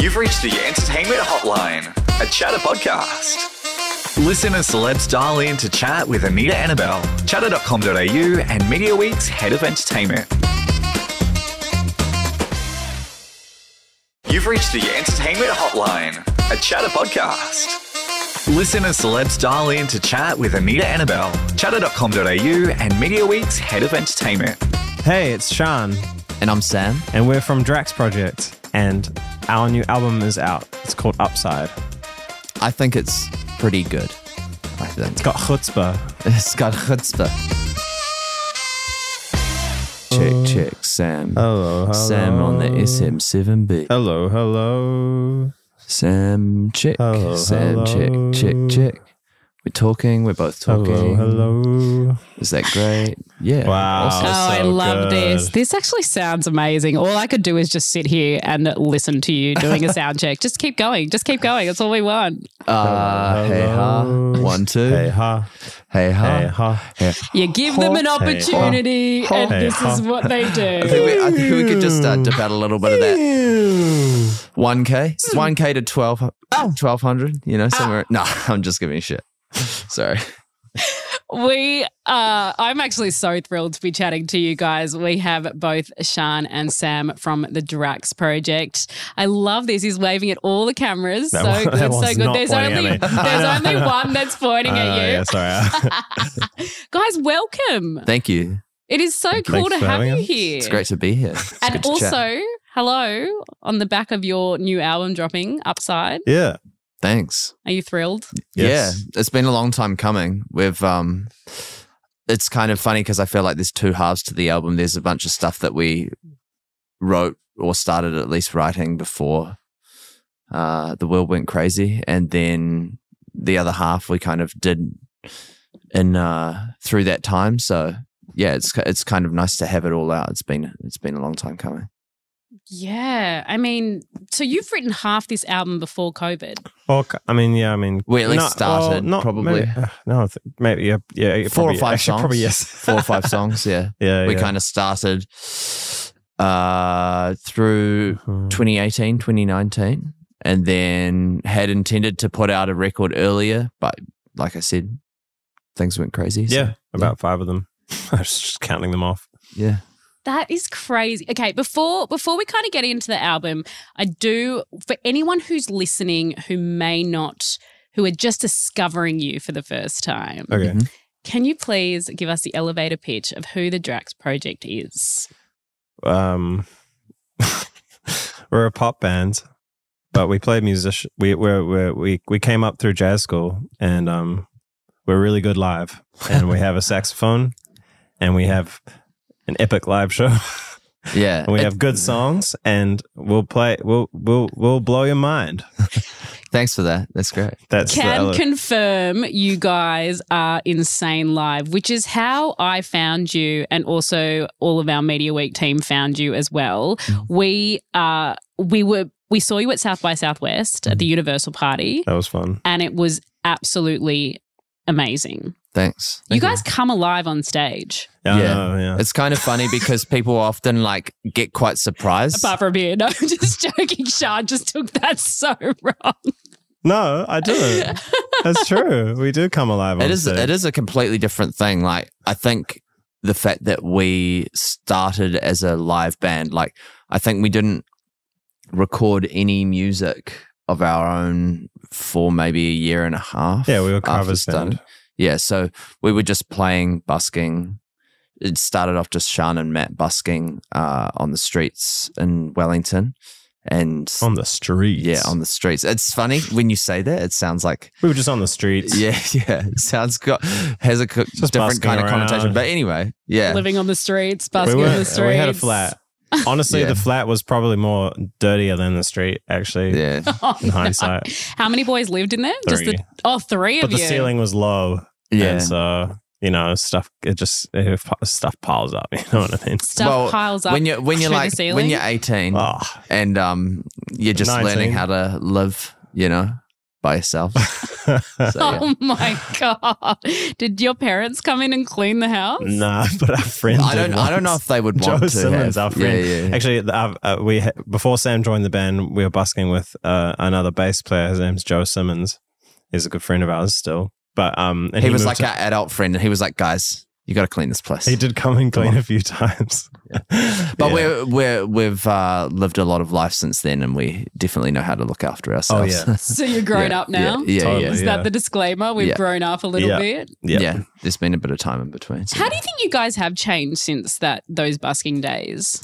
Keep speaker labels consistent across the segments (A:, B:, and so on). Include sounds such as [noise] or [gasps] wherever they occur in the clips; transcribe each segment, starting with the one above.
A: You've reached the Entertainment Hotline, a chatter podcast. Listen and celebs dial in to chat with Anita Annabelle, chatter.com.au, and Media Week's head of entertainment. You've reached the Entertainment Hotline, a chatter podcast. Listen and celebs dial in to chat with Anita Annabelle, chatter.com.au, and Media Week's head of entertainment.
B: Hey, it's Sean,
C: And I'm Sam.
B: and we're from Drax Project, and our new album is out. It's called Upside.
C: I think it's pretty good. I think.
B: It's got chutzpah.
C: [laughs] It's got chutzpah. Check, check, Sam.
B: Oh. Hello, Oh. hello.
C: Sam on the SM7B.
B: Hello, hello.
C: Sam, check.
B: Hello,
C: Sam,
B: Oh, hello.
C: check, check, check. We're talking. We're both talking.
B: Hello, hello.
C: Is that great? Yeah.
B: Wow.
C: Awesome.
D: Oh, I
B: So
D: love
B: good.
D: this. This actually sounds amazing. All I could do is just sit here and listen to you doing
B: [laughs]
D: a sound check. Just keep going. Just keep going. That's all we want.
C: Uh, hey ha.
B: Hello.
C: One, two.
B: Hey, ha.
C: Hey
B: Hey,
C: ha.
B: ha.
C: Hey.
D: You give them an opportunity, and
B: Hey,
D: this
B: huh.
D: is
B: [laughs]
D: what they
C: I think,
D: do.
C: we, I think we could just uh, dip out a little bit of that.
B: Uh,
C: 1K?
D: Hmm.
C: 1K to 12,
D: Oh.
C: 1200, you know, somewhere.
D: Ah.
C: [laughs] No, I'm just giving you shit. Sorry.
D: We, uh, I'm actually so thrilled to be chatting to you guys. We have both Shan and Sam from the Drax Project. I love this. He's waving at all the cameras.
B: That
D: so
B: wa-
D: good,
B: that was
D: so
B: not
D: good. There's
B: pointing at
D: only
B: me. Uh, [laughs]
D: there's only one that's pointing
B: I
D: at
B: know,
D: you.
B: yeah, sorry.
D: [laughs]
B: [laughs]
D: Guys, welcome.
C: Thank you.
D: It is so cool
B: for
D: to have
B: having
D: you
B: us.
D: here.
C: It's great to be here. It's good
D: and
C: to
D: also,
C: chat.
D: hello on the back of your new album dropping, Upside.
B: [laughs] yeah.
C: thanks.
D: Are you thrilled?
B: Yes.
C: Yeah, it's been a long time coming. We've um, it's kind of funny because I feel like there's two halves to the album. There's a bunch of stuff that we wrote or started at least writing before uh, the world went crazy, and then the other half we kind of did in uh, through that time. So yeah, it's ki- it's kind of nice to have it all out. It's been it's been a long time coming.
D: Yeah. I mean, so you've written half this album before COVID.
B: Or, c- I mean, yeah, I mean,
C: We at least
B: no,
C: started,
B: well, not-
C: probably.
B: Maybe, uh, no, I think- maybe, yeah, yeah, yeah,
C: Four or
B: probably,
C: five
B: actually, Probably
C: songs.
B: yes, [laughs]
C: Four or five songs, yeah.
B: yeah,
C: we
B: yeah.
C: kind of started uh, through
B: Mhm.
C: 2018, 2019, and then had intended to put out a record earlier, but like I said, things went crazy. so-
B: yeah, about five of them. [laughs] I was just counting them off.
C: yeah.
D: That is crazy. Okay, before before we kind of get into the album, I do for anyone who's listening who may not who are just discovering you for the first time.
B: Okay.
C: Mhm.
D: Can you please give us the elevator pitch of who the Drax Project is?
B: um, [laughs] we're a pop band, but we play music. We we're, we're, we we came up through jazz school, and um, we're really good live. And we have a saxophone, and we have an epic live show. [laughs]
C: Yeah.
B: and we
C: It-
B: have good songs, and we'll play. We'll we'll we'll blow your mind.
C: Thanks for that. That's great.
B: That's the
D: can
B: ele-
D: confirm you guys are insane live, which is how I found you, and also all of our Media Week team found you as well.
C: Mhm.
B: Mm-hmm.
D: We uh, we were we saw you at South by Southwest
B: Mm-hmm.
D: at the Universal Party,
B: that was fun.
D: and it was absolutely amazing.
C: Thanks.
D: you
C: Thank
D: guys come alive on stage,
B: Yeah,
C: Yeah.
B: I know, yeah.
C: It's kind of funny because people often like get quite surprised.
D: apart from you. [laughs] No, I'm just joking. Sean just took that so wrong.
B: No, I do. That's true. We do come alive.
C: It
B: on
C: is
B: stage.
C: it is a completely different thing. Like I think the fact that we started as a live band, like I think we didn't record any music of our own for maybe a year and a half.
B: Yeah, we were
C: after
B: covers
C: starting.
B: band.
C: Yeah, so we were just playing busking. It started off just Sean and Matt busking uh, on the streets in Wellington, and
B: on the streets.
C: yeah, on the streets. It's funny when you say that; it sounds like
B: we were just on the streets.
C: [laughs] yeah, yeah. It Sounds got has a co-
B: Just
C: different kind
B: busking
C: of
B: around.
C: connotation. But anyway, yeah.
D: Living on the streets, busking
B: we
D: on the
B: weren't-
D: streets.
B: We had a
D: [laughs]
B: flat. Honestly,
C: Yeah.
B: the flat was probably more dirtier than the street, actually,
C: Yeah.
B: [laughs]
D: Oh,
B: in
D: no. [laughs]
B: hindsight.
D: How many boys lived in there? Just the
B: Three.
D: oh, three
B: But
D: of
B: the
D: you.
B: ceiling was low.
C: Yeah.
B: And so, you know, stuff, it just, it, stuff piles up. [laughs] You know what I
C: [laughs]
B: mean?
D: Stuff
C: Well,
D: piles up.
C: When
B: [laughs]
C: you're when you're
D: through the
C: like
D: ceiling?
C: when you're 18
B: Oh,
C: and um you're just
B: 19. [laughs]
C: learning how to live, you know, by yourself. So, yeah.
D: Oh [laughs] my god! Did your parents come in and clean the house?
B: [laughs] Nah, but our friend.
C: I
B: did
C: don't. I don't know
B: once.
C: if they would
B: Joe
C: want to.
B: Simmons,
C: have.
B: our friend.
C: Yeah, yeah.
B: Actually, the- I've, uh, we ha- before Sam joined the band, we were busking with uh, another bass player. His name's Joe Simmons. He's a good friend of ours still. But um, and
C: he, was
B: moved
C: like
B: to-
C: our adult friend, and he was like, "Guys, you got to clean this place."
B: he did come and clean a few [laughs] times.
C: But
B: Yeah.
C: we're, we're we've uh, lived a lot of life since then, and we definitely know how to look after ourselves.
B: Oh,
C: [laughs]
B: yeah.
D: So you're grown
C: Yeah,
D: up now.
C: Yeah, yeah,
B: Totally.
D: Is
C: yeah.
D: that
B: yeah.
D: the disclaimer? We've
C: Yeah.
D: grown up a little
B: Yeah.
D: bit.
B: Yeah.
C: Yeah, There's been a bit of time in between. so-
D: How do you think you guys have changed since that those busking days?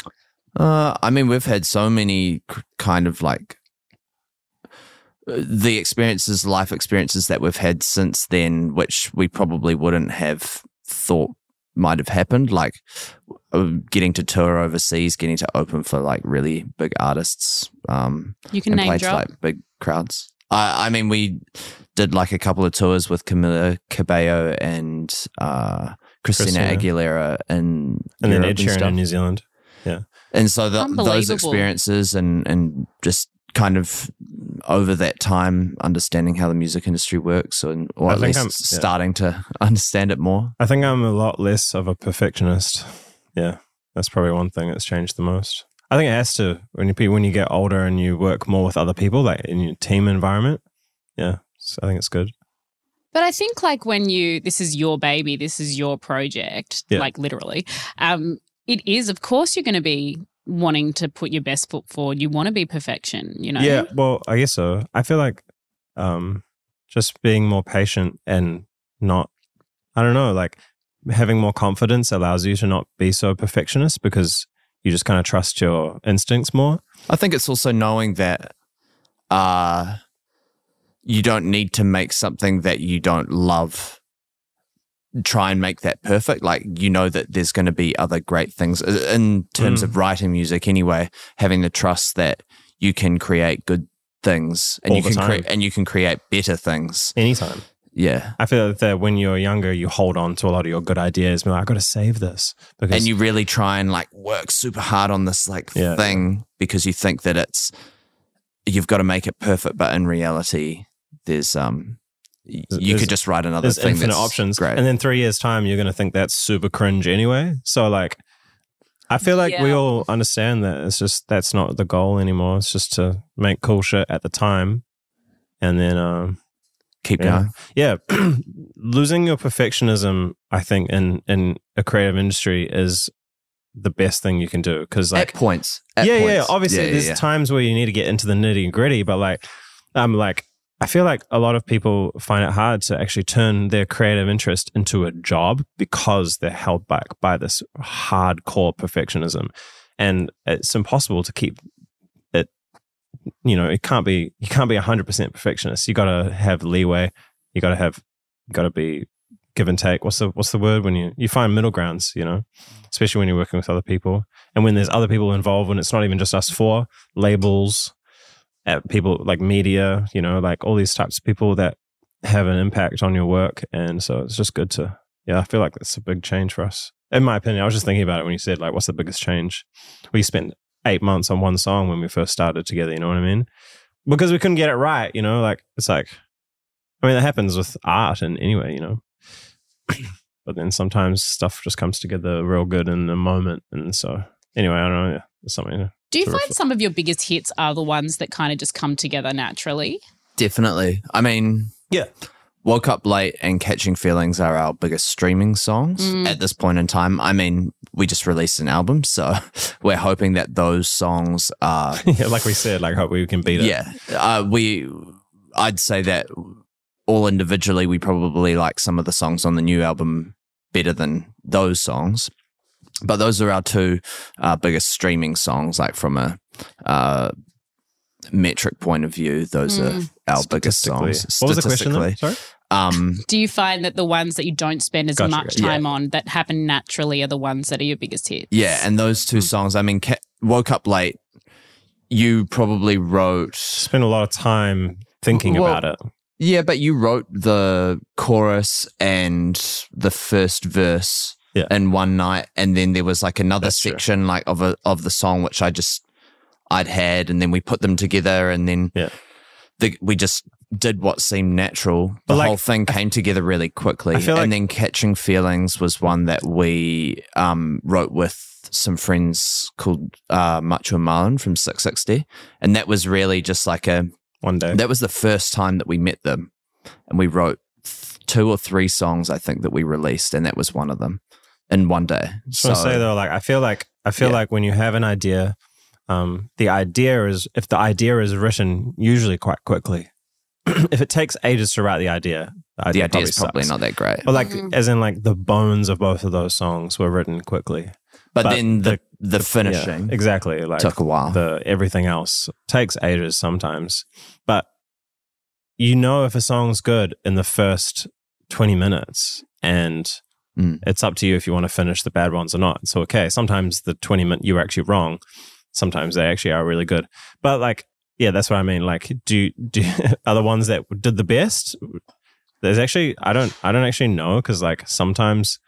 C: Uh, I mean, we've had so many k- kind of like uh, the experiences, life experiences that we've had since then, which we probably wouldn't have thought might have happened. Like uh, getting to tour overseas, getting to open for like really big artists, um,
D: You can
C: and
D: name
C: play to
D: drop.
C: like big crowds. I, I mean, we did like a couple of tours with Camila Cabello and uh, Christina,
B: Christina.
C: Aguilera, and
B: And then
C: Europe
B: Ed
C: and stuff.
B: Sheeran in New Zealand.
C: And so the, those
D: Unbelievable.
C: experiences and and just kind of over that time understanding how the music industry works and or
B: I
C: at
B: think
C: least
B: I'm- yeah.
C: starting to [laughs] understand it more.
B: I think I'm a lot less of a perfectionist. Yeah, that's probably one thing that's changed the most. I think it has to when you pe- when you get older and you work more with other people, like in your team environment. Yeah, so I think it's good.
D: But I think like when you this is your baby, this is your project,
B: Yeah.
D: like literally. Um, it is of course you're going to be wanting to put your best foot forward. You want to be perfection, you know.
B: Yeah, well, I guess so. I feel like um, just being more patient and not, I don't know, like having more confidence allows you to not be so perfectionist because you just kind of trust your instincts more.
C: I think it's also knowing that uh you don't need to make something that you don't love try and make that perfect like you know that there's going to be other great things Uh, in terms
B: Mm.
C: of writing music anyway having the trust that you can create good things and
B: All
C: you
B: the
C: can
B: time.
C: create and you can create better things
B: Anytime.
C: yeah
B: I feel that when you're younger, you hold on to a lot of your good ideas. Be Like, I got to save this because
C: and you really try and like work super hard on this like
B: Yeah.
C: thing because you think that it's you've got to make it perfect but in reality there's um y- you
B: There's-
C: could just write another
B: there's
C: thing
B: infinite
C: that's
B: options.
C: great
B: And then three years time, you're going to think that's super cringe anyway. So like, I feel like we
D: Yeah.
B: all understand that it's just that's not the goal anymore. It's just to make cool shit at the time, and then um,
C: keep
B: Yeah.
C: going
B: yeah [clears throat] losing your perfectionism i think in in a creative industry is the best thing you can do because like
C: at points at
B: yeah yeah
C: points.
B: obviously
C: yeah,
B: there's
C: yeah.
B: times where you need to get into the nitty and gritty but like i'm like i feel like a lot of people find it hard to actually turn their creative interest into a job because they're held back by this hardcore perfectionism and it's impossible to keep it you know it can't be you can't be 100% perfectionist you gotta have leeway you gotta have you gotta be give and take what's the what's the word when you you find middle grounds you know especially when you're working with other people and when there's other people involved when it's not even just us four labels uh, people like media you know like all these types of people that have an impact on your work and so it's just good to yeah i feel like that's a big change for us in my opinion i was just thinking about it when you said like what's the biggest change we spent eight months on one song when we first started together you know what i mean because we couldn't get it right you know like it's like i mean that happens with art and anyway you know but then sometimes stuff just comes together real good in the moment and so anyway i don't know yeah, it's something [laughs]
D: Do you
B: Terrific.
D: find some of your biggest hits are the ones that kind of just come together naturally?
C: definitely i mean
B: Yeah.
C: woke up late and catching feelings are our biggest streaming songs
D: Mm.
C: at this point in time i mean we just released an album so [laughs] we're hoping that those songs are
B: yeah, like we said, like hope we can beat it.
C: Yeah, uh, we. I'd say that all individually, we probably like some of the songs on the new album better than those songs. But those are our two uh, biggest streaming songs, like from a uh, metric point of view. Those
D: Mm.
C: are our biggest
B: Statistically.
C: songs.
B: What was the question? though?
C: Statistically.
B: Sorry,
C: Um,
D: Do you find that the ones that you don't spend as
B: Gotcha,
D: much
B: gotcha.
D: time on that happen naturally are the ones that are your biggest hits?
C: yeah, and those
B: Hmm.
C: two songs. I mean, ca- woke up late. You probably wrote
B: spend a lot of time thinking
C: Well-
B: about it.
C: Yeah, but you wrote the chorus and the first verse
B: Yeah.
C: in one night, and then there was like another
B: That's true.
C: section like of a of the song which I just I'd had, and then we put them together, and then
B: Yeah.
C: the, we just did what seemed natural. The
B: But, like,
C: whole thing came together really quickly.
B: I
C: And
B: feel like-
C: then Catching Feelings was one that we um, wrote with some friends called uh, Macho Marlon from 660. And that was really just like a,
B: one day.
C: that was the first time that we met them. And we wrote th- two or three songs, I think, that we released. And that was one of them in one day.
B: just want to say though, like I feel like I feel
C: Yeah.
B: like when you have an idea, um, the idea is if the idea is written usually quite quickly. [clears throat] if it takes ages to write the idea, the
C: the
B: idea,
C: idea is probably not that great.
B: But like,
D: Mhm.
B: as in like the bones of both of those songs were written quickly.
C: But,
B: but
C: then the, the,
B: Yeah,
C: finishing
B: exactly. Like
C: took a while.
B: the everything else takes ages sometimes, but you know if a song's good in the first twenty minutes, and
C: Mm.
B: it's up to you if you want to finish the bad ones or not. It's okay. Sometimes the twenty minute you were actually wrong. Sometimes they actually are really good, but like yeah, that's what I mean. Like do do are the ones that did the best? There's actually I don't I don't actually know because like sometimes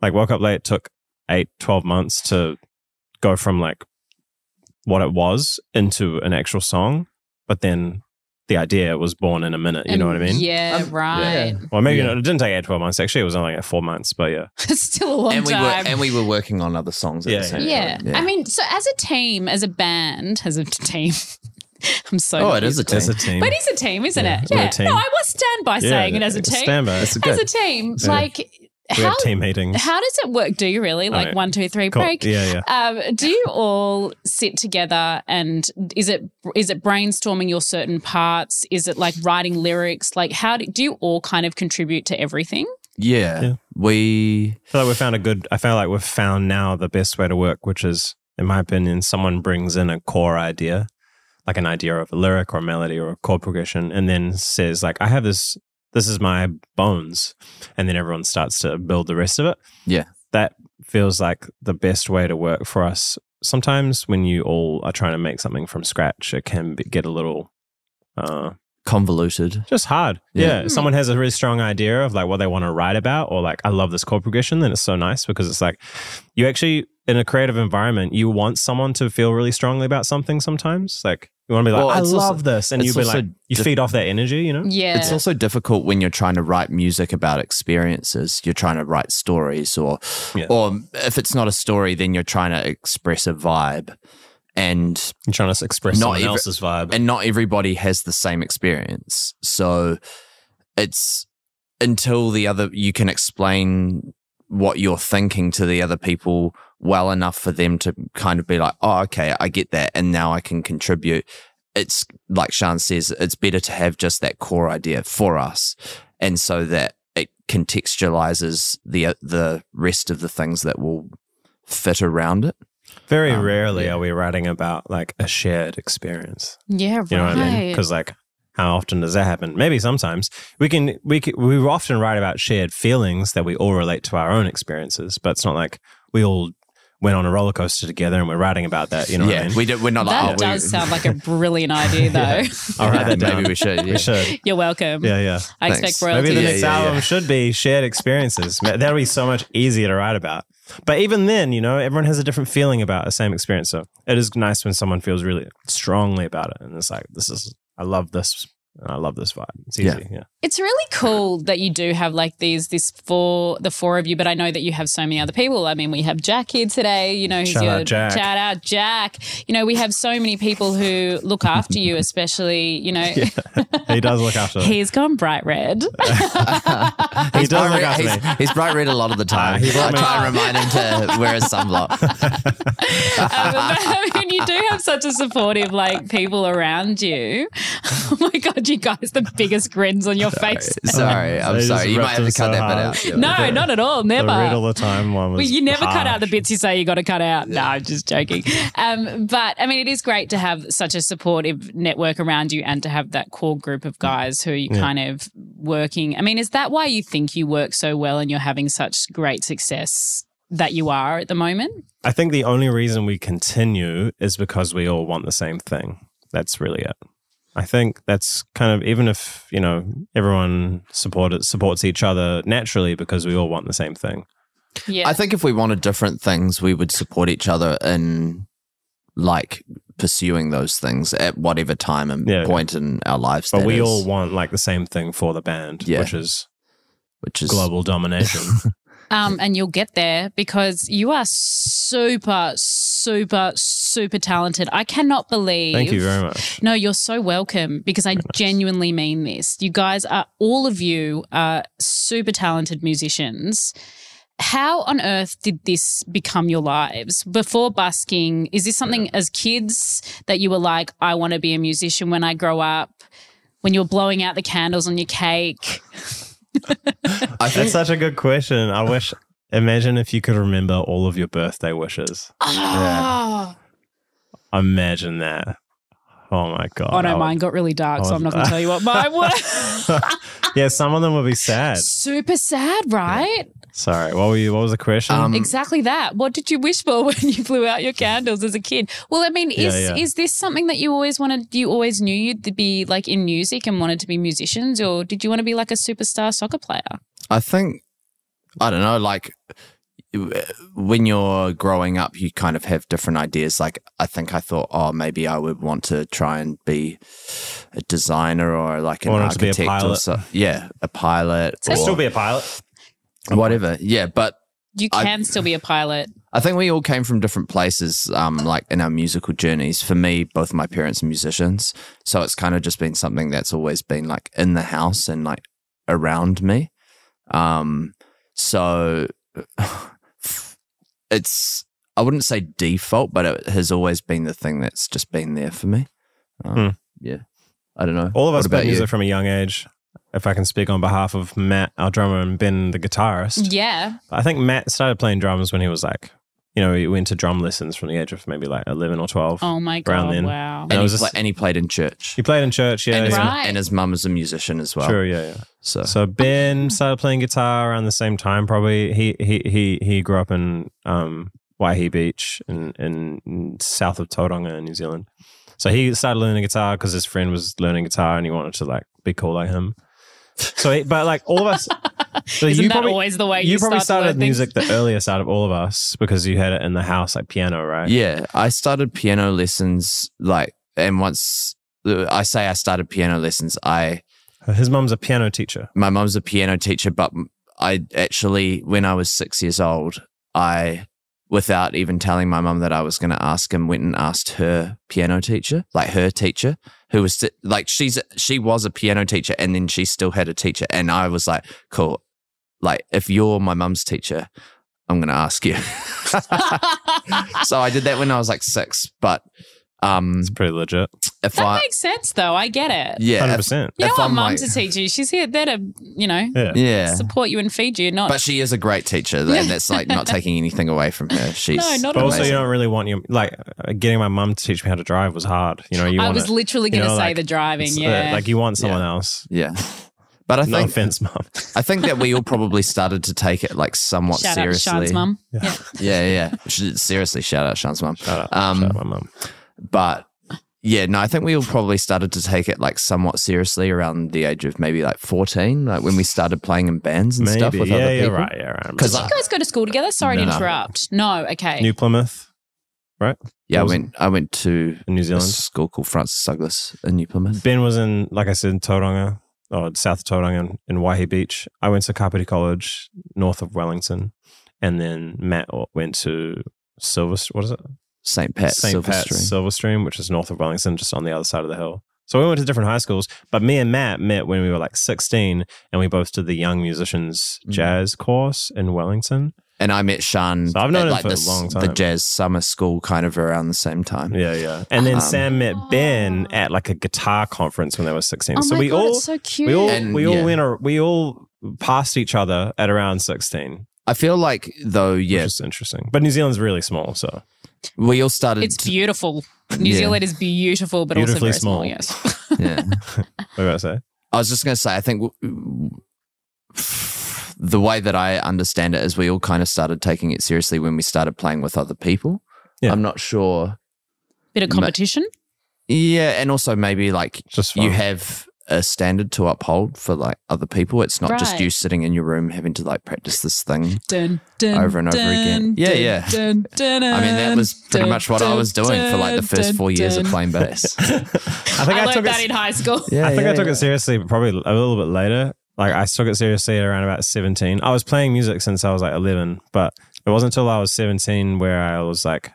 B: like woke up late took eight 12 months to go from like what it was into an actual song, but then the idea was born in a minute. You know what I mean?
D: Yeah,
C: Um,
D: right. [laughs]
B: Well, maybe
C: Yeah.
B: not. It didn't take eight, 12 months. Actually, it was only like four months, but yeah.
D: It's still a long
C: and we were
D: time.
C: and we were working on other songs at
B: Yeah,
C: the same
D: yeah.
C: time.
D: I mean, so as a team, as a band, as a team, [laughs] I'm so.
C: Oh, it is a team.
D: confused.
B: As a team.
D: But it is a team, isn't
B: Yeah,
D: it?
B: we're a
D: Yeah.
B: team.
D: No, I was stand by
B: yeah,
D: saying it as a team.
B: Stand by.
C: It's a
D: As
C: good.
D: a team,
B: Yeah.
D: like
B: we
D: how
B: have team meetings.
D: how does it work? Do you really like
B: yeah.
D: one, two, three,
B: Cool.
D: break?
B: Yeah, yeah.
D: Um, do you all sit together and is it is it brainstorming your certain parts? Is it like writing lyrics? Like how do, do you all kind of contribute to everything?
C: yeah.
B: Yeah.
C: We
B: I feel like we found a good. I feel like we've found now the best way to work, which is, in my opinion, someone brings in a core idea, like an idea of a lyric or a melody or a chord progression, and then says, like, I have this. This is my bones, and then everyone starts to build the rest of it.
C: Yeah.
B: that feels like the best way to work for us. Sometimes when you all are trying to make something from scratch, it can be, get a little. Uh,
C: convoluted.
B: just hard.
C: Yeah.
B: Yeah. Hmm. If Someone has a really strong idea of like what they want to write about or like I love this chord progression, then it's so nice because it's like you actually in a creative environment, you want someone to feel really strongly about something sometimes. Like you want to be like,
C: Well,
B: I
C: it's
B: love
C: also-
B: this. And you
C: it's
B: be
C: also
B: like you
C: diff-
B: feed off that energy, you know?
D: Yeah.
C: It's also difficult when you're trying to write music about experiences. You're trying to write stories or
B: Yeah.
C: or if it's not a story then you're trying to express a vibe. And
B: You're trying to express
C: Not
B: someone
C: every-
B: else's vibe.
C: and not everybody has the same experience. So it's until the other you can explain what you're thinking to the other people well enough for them to kind of be like, "Oh, okay, I get that, and now I can contribute." It's like Sean says, it's better to have just that core idea for us, and so that it contextualizes the uh, the rest of the things that will fit around it.
B: Very
C: um,
B: rarely
C: yeah.
B: are we writing about like a shared experience.
D: yeah, right.
B: You know what I mean? Because like, how often does that happen? Maybe sometimes we can we can, we often write about shared feelings that we all relate to our own experiences, but it's not like we all went on a roller coaster together and we're writing about that. You know
C: yeah,
B: what I mean?
C: we do, we're not
D: that
C: like, oh,
D: does
C: we,
D: sound like a brilliant
B: [laughs]
D: idea, though.
B: I'll write that down.
C: maybe we should.
B: We
C: [laughs] yeah.
B: should.
D: You're welcome.
B: Yeah, yeah.
D: I
C: Thanks.
D: expect
B: Maybe
D: royalties.
B: the
C: Yeah,
B: next
C: yeah, yeah.
B: album should be shared experiences. Ma- That'll be so much easier to write about. But even then, you know, everyone has a different feeling about the same experience. So it is nice when someone feels really strongly about it, and it's like, this is, I love this, and I love this vibe. It's easy.
C: Yeah.
B: yeah.
D: It's really cool that you do have like these, this four, the four of you, but I know that you have so many other people. I mean, we have Jack here today, you know, who's
B: Shout
D: your
B: out Jack.
D: shout out Jack. You know, we have so many people who look after you, especially, you know,
B: he does look
D: [laughs]
B: after. them.
D: he's gone bright red. [laughs]
B: he does
C: bright
B: look
C: red,
B: after me.
C: he's, he's bright red a lot of the
B: [laughs]
C: time.
B: he's
C: I
B: like me.
C: try and remind him to wear
B: [laughs]
C: his sunblock.
D: Um, I mean, [laughs] you do have such a supportive like people around you. [laughs] Oh my god, you guys, the biggest grins on your face.
C: Sorry, I'm
B: They just
C: sorry. You
B: ripped
C: might have
B: him
C: to cut
B: so
C: that bit
B: hard.
C: out. Yeah.
D: No, not at all. Never.
B: The riddle the time one was.
D: Well, you never cut out the
B: harsh.
D: bits you say you got to cut out. No, I'm just joking. Um, but I mean, it is great to have such a supportive network around you and to have that core group of guys who you
B: Yeah.
D: kind of working. I mean, is that why you think you work so well and you're having such great success that you are at the moment?
B: I think the only reason we continue is because we all want the same thing. That's really it. I think that's kind of even if you know everyone support, supports each other naturally because we all want the same thing.
D: Yeah.
C: I think if we wanted different things, we would support each other in like pursuing those things at whatever time and
B: Yeah.
C: point in our lives.
B: But
C: that
B: we
C: is,
B: all want like the same thing for the band,
C: Yeah.
B: which [laughs] is
C: which is
B: global [laughs] domination.
D: Um, and you'll get there because you are super, super, super talented. I cannot believe.
B: Thank you very much.
D: No, you're so welcome because I genuinely mean this. You guys are, all of you are super talented musicians. How on earth did this become your lives? Before busking, is this something as kids that you were like, I want to be a musician when I grow up? When you're blowing out the candles on your cake?
C: I
B: That's
C: think
B: such a good question. I wish. Imagine if you could remember all of your birthday wishes.
D: Ah.
B: Imagine that. Oh my god.
D: Oh no,
B: I
D: mine [laughs] got really dark, so
B: I
D: I'm not
B: was-
D: going to tell you
B: [laughs]
D: what mine was.
B: would- [laughs] yeah, some of them would be sad.
D: Super sad, right?
B: Sorry. What were you? What was the question?
C: Um,
D: Exactly that. What did you wish for [laughs] when you blew out your candles as a kid? Well, I mean,
B: Yeah,
D: is
B: yeah.
D: is this something that you always wanted? You always knew you'd be like in music and wanted to be musicians, or did you want to be like a superstar soccer player?
C: I think I don't know. Like when you're growing up, you kind of have different ideas. Like I think I thought, oh, maybe I would want to try and be a designer or like an
B: Wanted to be a
C: architect or
B: pilot.
C: so. Yeah, a pilot
D: So-
B: still
C: or
B: be a pilot.
C: whatever. Yeah, but
D: You
C: I-
D: can still be a pilot.
C: I think we all came from different places, um, like in our musical journeys. For me, both my parents are musicians, so it's kind of just been something that's always been like in the house and like around me. Um, so [sighs] it's I wouldn't say default, but it has always been the thing that's just been there for me. Um,
B: Hmm. Oh,
C: Yeah, I don't know.
B: All of us
C: about
B: played
C: you?
B: music from a young age. If I can speak on behalf of Matt, our drummer, and Ben, the guitarist,
D: Yeah,
B: I think Matt started playing drums when he was like, you know, he went to drum lessons from the age of maybe like eleven or twelve.
D: Oh my
B: Around
D: god!
B: then.
D: Wow.
B: I
C: And,
B: was
C: he
B: just-
C: pla- and he played in church,
B: He played in church. Yeah,
C: and, his,
B: yeah.
D: Right.
C: and his mum is a musician as well.
B: True. Yeah, yeah.
C: So
B: So Ben started playing guitar around the same time. Probably he he he he grew up in um, Waihee Beach in, in south of Tauranga in New Zealand. So he started learning guitar because his friend was learning guitar and he wanted to like be cool like him. So, he, but like all of
D: [laughs]
B: us, so
D: Isn't
B: you
D: that
B: probably
D: always the way you,
B: you probably
D: start to learn
B: started
D: things? [laughs]
B: music the earliest out of all of us because you had it in the house like piano, right?
C: Yeah, I started piano lessons like, and once uh, I say I started piano lessons, I
B: His mum's a piano teacher.
C: my mum's a piano teacher, but I actually when I was six years old, I without even telling my mum that I was going to ask him, went and asked her piano teacher, like her teacher, who was like she's she was a piano teacher, and then she still had a teacher, and I was like, cool, like if you're my mum's teacher, I'm going to ask you. [laughs] so I did that when I was like six, but um,
B: It's pretty legit.
C: if
D: that
C: I
D: makes sense, though. I get it.
C: yeah,
B: Hundred
C: if-
B: percent.
D: You
C: If
D: don't want
C: I'm
D: mum
C: like-
D: to teach you. She's here there to, you know,
B: Yeah.
C: yeah.
D: support you and feed you, not
C: But she is a great teacher, and that's like
D: [laughs]
C: not taking anything away from her. She's
D: not
B: But also,
D: at all.
B: you
C: amazing.
B: don't really want your like uh, getting my mum to teach me how to drive was hard. You know, you
D: I
B: want
D: was literally
B: you
D: going to
B: know,
D: say
B: like,
D: the driving.
B: It's, uh,
D: Yeah.
B: like you want someone else.
C: yeah. But I
B: No
C: think Um,
B: offense, [laughs]
C: [laughs]
B: mom.
C: I think that we all probably started to take it like somewhat
D: Shout out to
C: seriously.
D: Sean's mum.
C: Yeah,
D: [laughs]
C: yeah. Sh- Seriously, shout out Sean's mum.
B: Shout out,
C: Um,
B: shout out my mum.
C: But yeah, no, I think we all probably started to take it like somewhat seriously around the age of maybe like fourteen, like when we started playing in bands and
B: Maybe.
C: stuff with
B: yeah,
C: other
B: yeah,
C: people.
B: right, yeah, right.
C: 'Cause
D: You
C: I-
D: guys go to school together? Sorry to
C: No.
D: interrupt. No, okay.
B: New Plymouth
C: Yeah, I
B: Was-
C: went. I went to
B: in New
C: a
B: Zealand.
C: school called Francis Douglas in New Plymouth.
B: Ben was in, like I said, Tauranga or south of Tauranga in, in Waihi Beach. I went to Kapiti College, north of Wellington, and then Matt o- went to Silver. What is it?
C: St. Pat's,
B: St.
C: Silver
B: Pat's
C: Stream.
B: Silverstream, which is north of Wellington, just on the other side of the hill. So we went to different high schools, but me and Matt met when we were like 16, and we both did the Young Musicians
C: Mm.
B: Jazz course in Wellington.
C: and I met Sean.
B: So I've known
C: at,
B: him
C: like
B: for a
C: this-
B: long
C: The
B: time.
C: jazz summer school, kind of around the same time.
B: Yeah, yeah. And then
C: Um,
B: Sam met Ben at like a guitar conference when they were 16.
D: Oh
B: so
D: my
B: we
D: God,
B: all
D: it's so cute.
B: we all
C: And,
B: we all
C: yeah.
B: went ar- we all passed each other at around 16.
C: I feel like though,
B: Yeah.
C: yeah,
B: Which is interesting. But New Zealand's really small, so
C: we all started.
D: it's beautiful. New
C: Yeah.
D: Zealand is beautiful, but also
B: Beautifully
D: very small.
B: small.
D: Yes. [laughs]
C: yeah.
B: what did I say?
C: I was just gonna say, I think w- the way that I understand it is we all kind of started taking it seriously when we started playing with other people.
B: Yeah.
C: I'm not sure.
D: Bit of
C: Ma-
D: competition.
C: Yeah, and also maybe like
B: Just fun.
C: you have a standard to uphold for like other people. It's not just
D: Right.
C: you sitting in your room having to like practice this thing.
D: Dun, dun,
C: Over and over again. Yeah, yeah. I mean, that was pretty much what I was doing for like the first four years of playing
D: [laughs]
C: bass.
B: [laughs] I
D: I,
B: think I,
D: learned
B: took
D: that
B: it.
D: in high school.
C: [laughs] Yeah,
B: I think I took it seriously, but probably a little bit later. Like I took it seriously at around about seventeen. I was playing music since I was like eleven, but it wasn't until I was seventeen where I was like,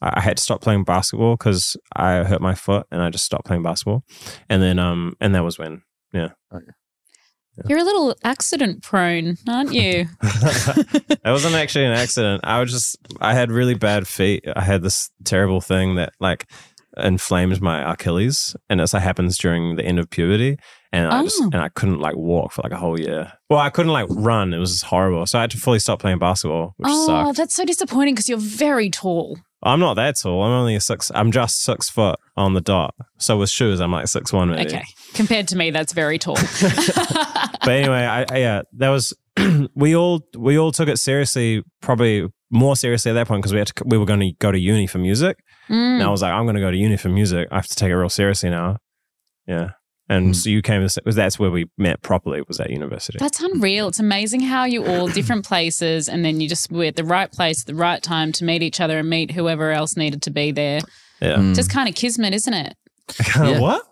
B: I I had to stop playing basketball because I hurt my foot, and I just stopped playing basketball. And then, um, and that was when.
D: You're a little accident prone, aren't you?
C: [laughs]
B: it wasn't actually an accident. I was just I had really bad feet. I had this terrible thing that like inflamed my Achilles, and this happens during the end of puberty. And I just
D: Oh.
B: and I couldn't like walk for like a whole year. Well, I couldn't like run. It was just horrible. So I had to fully stop playing basketball, which
D: oh,
B: sucked.
D: that's so disappointing because you're very tall.
B: I'm not that tall. I'm only a six. I'm just six foot on the dot. So with shoes, I'm like six one maybe.
D: Okay. Compared to me, that's
C: [laughs]
D: very tall. [laughs]
B: but anyway, I, I yeah, that was [clears throat] we all we all took it seriously, probably more seriously at that point because we had to, we were going to go to uni for music.
D: Mm.
B: And I was like, I'm going to go to uni for music. I have to take it real seriously now. Yeah, and
C: Mm.
B: so you came. To, was that's where we met properly. Was at university.
D: That's unreal. It's amazing how you all different places and then you just were at the right place at the right time to meet each other and meet whoever else needed to be there.
B: yeah.
C: Mm.
D: Just kind of kismet, isn't it?
B: [laughs]
C: Yeah.
B: what?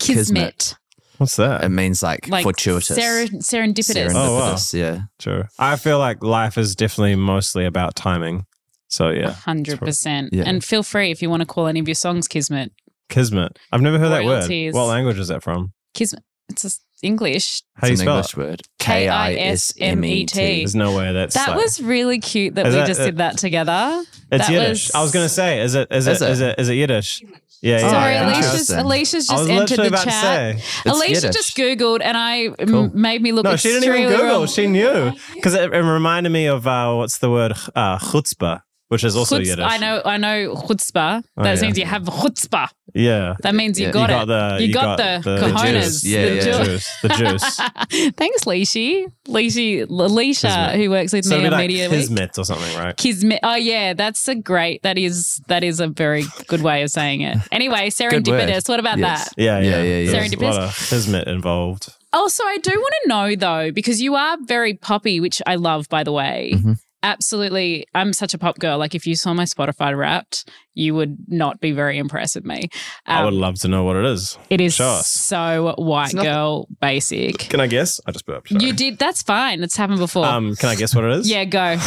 D: Kismet.
B: What's that?
C: It means like,
D: Like
C: fortuitous.
D: seren- serendipitous.
B: Oh.
C: Serendipitous, yeah.
B: True. I feel like life is definitely mostly about timing. So yeah,
D: 100%.
C: Yeah.
D: And feel free if you want to call any of your songs kismet.
B: kismet. I've never heard
D: Royalties.
B: that word. What language is that from?
D: Kismet. It's just English.
B: How do you
C: it's an
B: spell
C: English
B: it?
C: word.
D: K-I-S-M-E-T.
C: E
B: There's no way that's
D: that
B: like-
D: was really cute that we
B: Is that-
D: just did that together.
B: It's
D: That
B: Yiddish.
D: was-
B: I was gonna say, is it is,
C: Is
B: it
C: it?
B: is it is it Yiddish? Yeah, yeah.
D: Sorry,
B: yeah.
D: Alicia's,
C: interesting.
D: Alicia's
B: I
D: just
B: was
D: entered
B: literally
D: the
B: about to
D: chat.
B: say.
C: It's
D: Alicia
C: Yiddish.
D: just Googled and I mm,
C: Cool.
D: made me look
B: No, she didn't even
D: extremely
B: Google.
D: wrong.
B: She knew because it, it reminded me of uh, what's the word uh, chutzpah, which is also
D: Chutz-
B: Yiddish.
D: I know, I know chutzpah.
B: Oh,
D: that
B: yeah.
D: means you have chutzpah.
B: Yeah,
D: That means you
C: Yeah.
D: got
B: you
D: it.
B: got the
D: You got the cojones,
B: juice.
C: the Yeah, yeah.
B: the
C: ju-
B: juice. The
D: [laughs]
B: juice.
D: Thanks, Leishi. Leishi, Leisha,
B: Kismet.
D: who works with
B: so
D: me
B: it'd
D: on
B: be like
D: Media Week.
B: kismet or something, right?
D: Kismet. Oh yeah, that's a great. That is that is a very good way of saying it.
B: [laughs]
D: Anyway, serendipitous. What about
C: Yes.
D: that?
B: Yeah, yeah,
C: Yeah, yeah, yeah.
B: There's a lot of kismet involved.
D: Also, I do want to know though, because you are very poppy, which I love, by the way.
B: Mm-hmm.
C: Mhm.
D: Absolutely. I'm such a pop girl. Like, if you saw my Spotify wrapped, you would not be very impressed with me.
B: I would
D: Um,
B: love to know what it is.
D: it is
B: show us.
D: so white
C: It's not-
D: girl basic.
B: Can I guess? I just burped. sorry.
D: You did. That's fine. It's happened before.
B: Um, can I guess what it is?
D: yeah, go.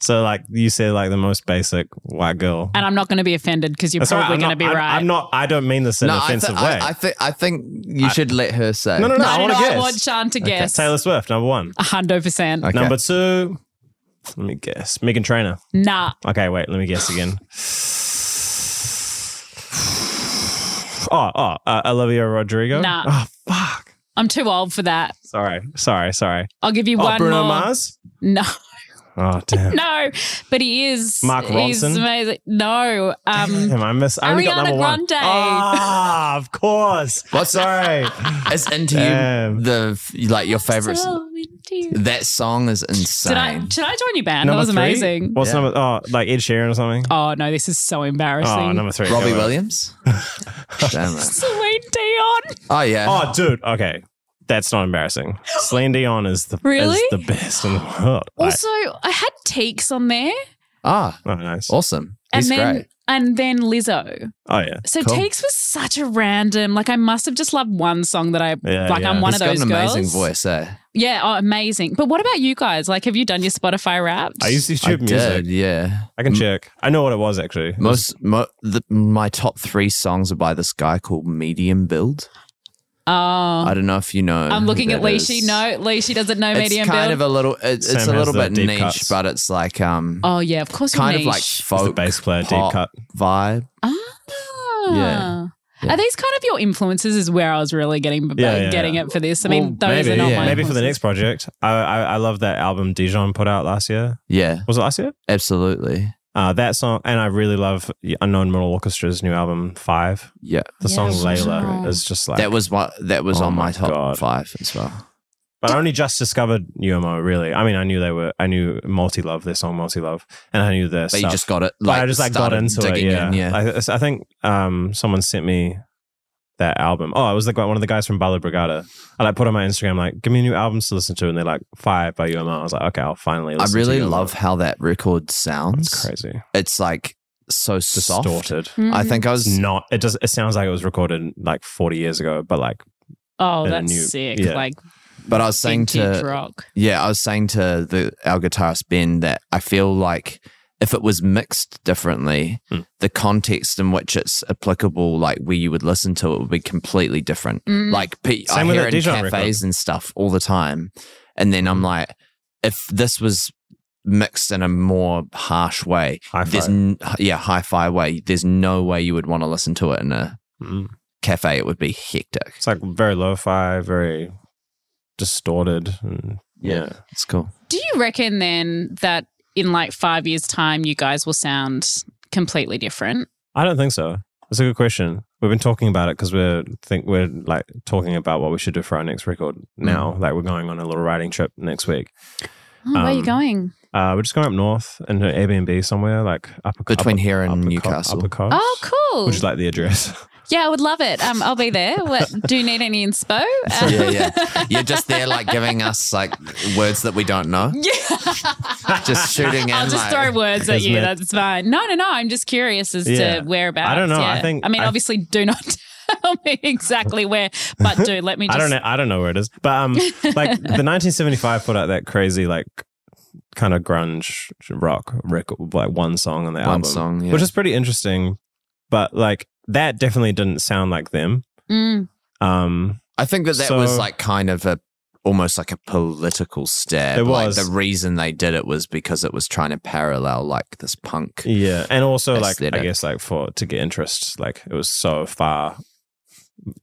B: So like you said, like the most basic white girl.
D: And I'm not going to be offended because you're
B: That's all right,
D: probably
B: I'm
D: going to
B: not-
D: be
B: I'm-
D: right.
B: I'm not. I don't mean this in
C: No,
B: an
C: I,
B: offensive
C: th- I,
B: way.
C: I, thi- I think you
B: I-
C: should let her say.
B: no, no, no. I want to
D: I want
B: guess.
D: Sean to guess.
B: Taylor Swift, number one.
D: hundred percent.
C: Okay.
B: Number two. Let me guess. Megan Trainer.
D: Nah.
B: Okay, wait. Let me guess again. Oh, oh, uh, Olivia Rodrigo.
D: Nah.
B: Oh, fuck.
D: I'm too old for that.
B: Sorry, sorry, sorry.
D: I'll give you
B: Oh,
D: one
B: Bruno
D: more.
B: Mars.
D: [laughs] No.
B: Oh, damn.
D: No, but he is.
B: Mark
D: he's
B: Ronson?
D: amazing. No, um,
B: Damn, I miss. I only got
D: Ariana
B: number one.
D: Grande.
B: Ah, of course.
C: What's-
D: [laughs]
B: sorry?
C: It's into
B: Damn.
C: you. The like your favorite.
D: So into you.
C: That song is
D: Did I?
C: insane.
D: Did I join your band?
B: number
D: that was
B: three?
D: amazing.
B: What's
C: Yeah.
B: number? Oh, like Ed Sheeran or something.
D: Oh no, this is so embarrassing.
B: Oh, number three.
C: Robbie
B: Go on. [laughs]
C: Williams. Damn it.
D: Celine Dion.
C: Oh yeah.
B: Oh, dude. Okay. That's not
C: [gasps]
B: embarrassing. Celine Dion is the,
D: Really?
B: is the best in the world. Like,
D: Also, I had Teeks on there,
C: Ah,
B: oh, nice.
C: awesome.
D: and
C: He's
D: then
C: great.
D: and then Lizzo.
B: Oh, yeah.
D: So
C: Cool.
D: Teeks was such a random. Like I must have just loved one song that I
B: Yeah,
D: like.
B: yeah.
D: I'm one
C: He's
D: of
C: got
D: those
C: an amazing
D: girls.
C: voice. Eh?
D: Yeah, oh, amazing. But what about you guys? Like, have you done your Spotify Wrapped?
B: I used to
C: I
B: shoot music.
C: did. Yeah.
B: I can check. I know what it was actually.
C: Most mo- the, my top three songs are by this guy called Medium Build.
D: Oh,
C: I don't know if you know.
D: I'm
C: who
D: looking at
C: that
D: Lee. She
C: is.
D: no, Lee. She doesn't know
C: It's
D: medium
C: kind
D: build.
C: of a little. It, it's
B: Sam
C: a
B: has
C: little
B: the
C: bit
B: deep
C: niche,
B: cuts.
C: but it's like um
D: oh yeah, of course.
C: kind
D: you're
C: of like
B: It's
D: niche.
B: the
C: folk
B: bass player, deep
C: pop
B: cut.
C: vibe.
D: ah.
C: Yeah.
D: Are these kind of your influences? Is where I was really getting uh,
B: Yeah, yeah,
D: getting
B: yeah.
D: it for this. I
C: Well,
D: mean, those
B: maybe,
D: are not
C: yeah.
D: my
B: maybe for the next
D: influences.
B: project. I, I I love that album Dijon put out last year.
C: Yeah,
B: Was it last year?
C: absolutely.
B: Uh, that song, and I really love Unknown Mortal Orchestra's new album Five.
C: Yeah,
B: The
D: Yeah,
B: song
D: wow.
B: Layla is just like
C: that was what that was
B: Oh
C: on my,
B: my
C: top
B: God.
C: five as well.
B: But I only just discovered UMO. Really, I mean, I knew they were. I knew Multi Love, their song Multi Love, and I knew their
C: But
B: stuff.
C: you just got it.
B: but
C: Like,
B: I just like got
C: started
B: into it.
C: digging
B: Yeah,
C: in, yeah.
B: I, I think um, someone sent me that album. Oh, it was like one of the guys from Bala Brigada. I like put on my Instagram like, give me new albums to listen to, and they're like five by UMR. I was like, okay, I'll finally.
C: I
B: listen
C: really
B: to UMR.
C: love how that record
B: It's
C: sounds.
B: crazy,
C: It's like so soft.
B: distorted.
D: Mm-hmm. Hmm?
C: I think I
B: It's
C: was
B: not. It just. It sounds like it was recorded like forty years ago, but like
D: Oh,
B: and a
D: that's
B: new-
D: sick.
B: yeah.
D: Like
C: but I was saying
D: vintage
C: to
D: rock.
C: Yeah, I was saying to the our guitarist Ben that I feel like if it was mixed differently,
B: Mm.
C: the context in which it's applicable, like where you would listen to it, would be completely different.
D: Mm.
C: Like pe- I
B: Same with
C: hear
B: that
C: it in
B: Dijon
C: cafes
B: record. Hmm.
C: and stuff all the time, and then I'm like, if this was mixed in a more harsh way,
B: Hi-fi.
C: there's n- yeah, hi-fi way, there's no way you would want to listen to it in a
B: mm,
C: cafe. It would be hectic.
B: it's like very lo-fi, very distorted. And, yeah.
C: It's cool.
D: Do you reckon then that in like five years' time, you guys will sound completely different?
B: I don't think so. That's a good question. We've been talking about it because we're think we're like talking about what we should do for our next record
C: Mm.
B: now. Like we're going on a little writing trip next week.
D: Oh, where are you
B: Um,
D: going?
B: Uh, we're just going up north into Airbnb somewhere like upper
C: Between
B: upper,
C: here and
B: upper co-
C: Newcastle.
B: upper coast.
D: Oh, cool.
B: Which is like the address.
D: yeah, I would love it. Um, I'll be there. What, do you need
B: [laughs]
D: any inspo? Um,
C: yeah,
D: [laughs]
C: yeah. You're just there, like giving us like words that we don't know,
D: yeah.
C: [laughs] just shooting in.
D: I'll just
C: like,
D: throw words at you.
B: Isn't it-
D: That's fine. No, no, no. I'm just curious as
B: Yeah.
D: to whereabouts.
B: I don't know.
D: Yeah.
B: I think-
D: I mean,
B: I-
D: obviously, do not [laughs] tell me exactly where, but do let me.
B: [laughs]
D: Just,
B: I don't know. I don't know where it is. But um,
D: [laughs]
B: like the 1975 put out that crazy like kind of grunge rock record, like one song on the
C: one
B: album,
C: song, yeah.
B: which is pretty interesting. But like that definitely didn't sound like them.
D: Mm,
B: Um,
C: I think that that
B: So-
C: was like kind of a almost like a political stab.
B: It
C: Like,
B: was.
C: the reason they did it was because it was trying to parallel like this punk.
B: yeah, and also like I
C: Aesthetic.
B: guess like for to get interest, like it was so far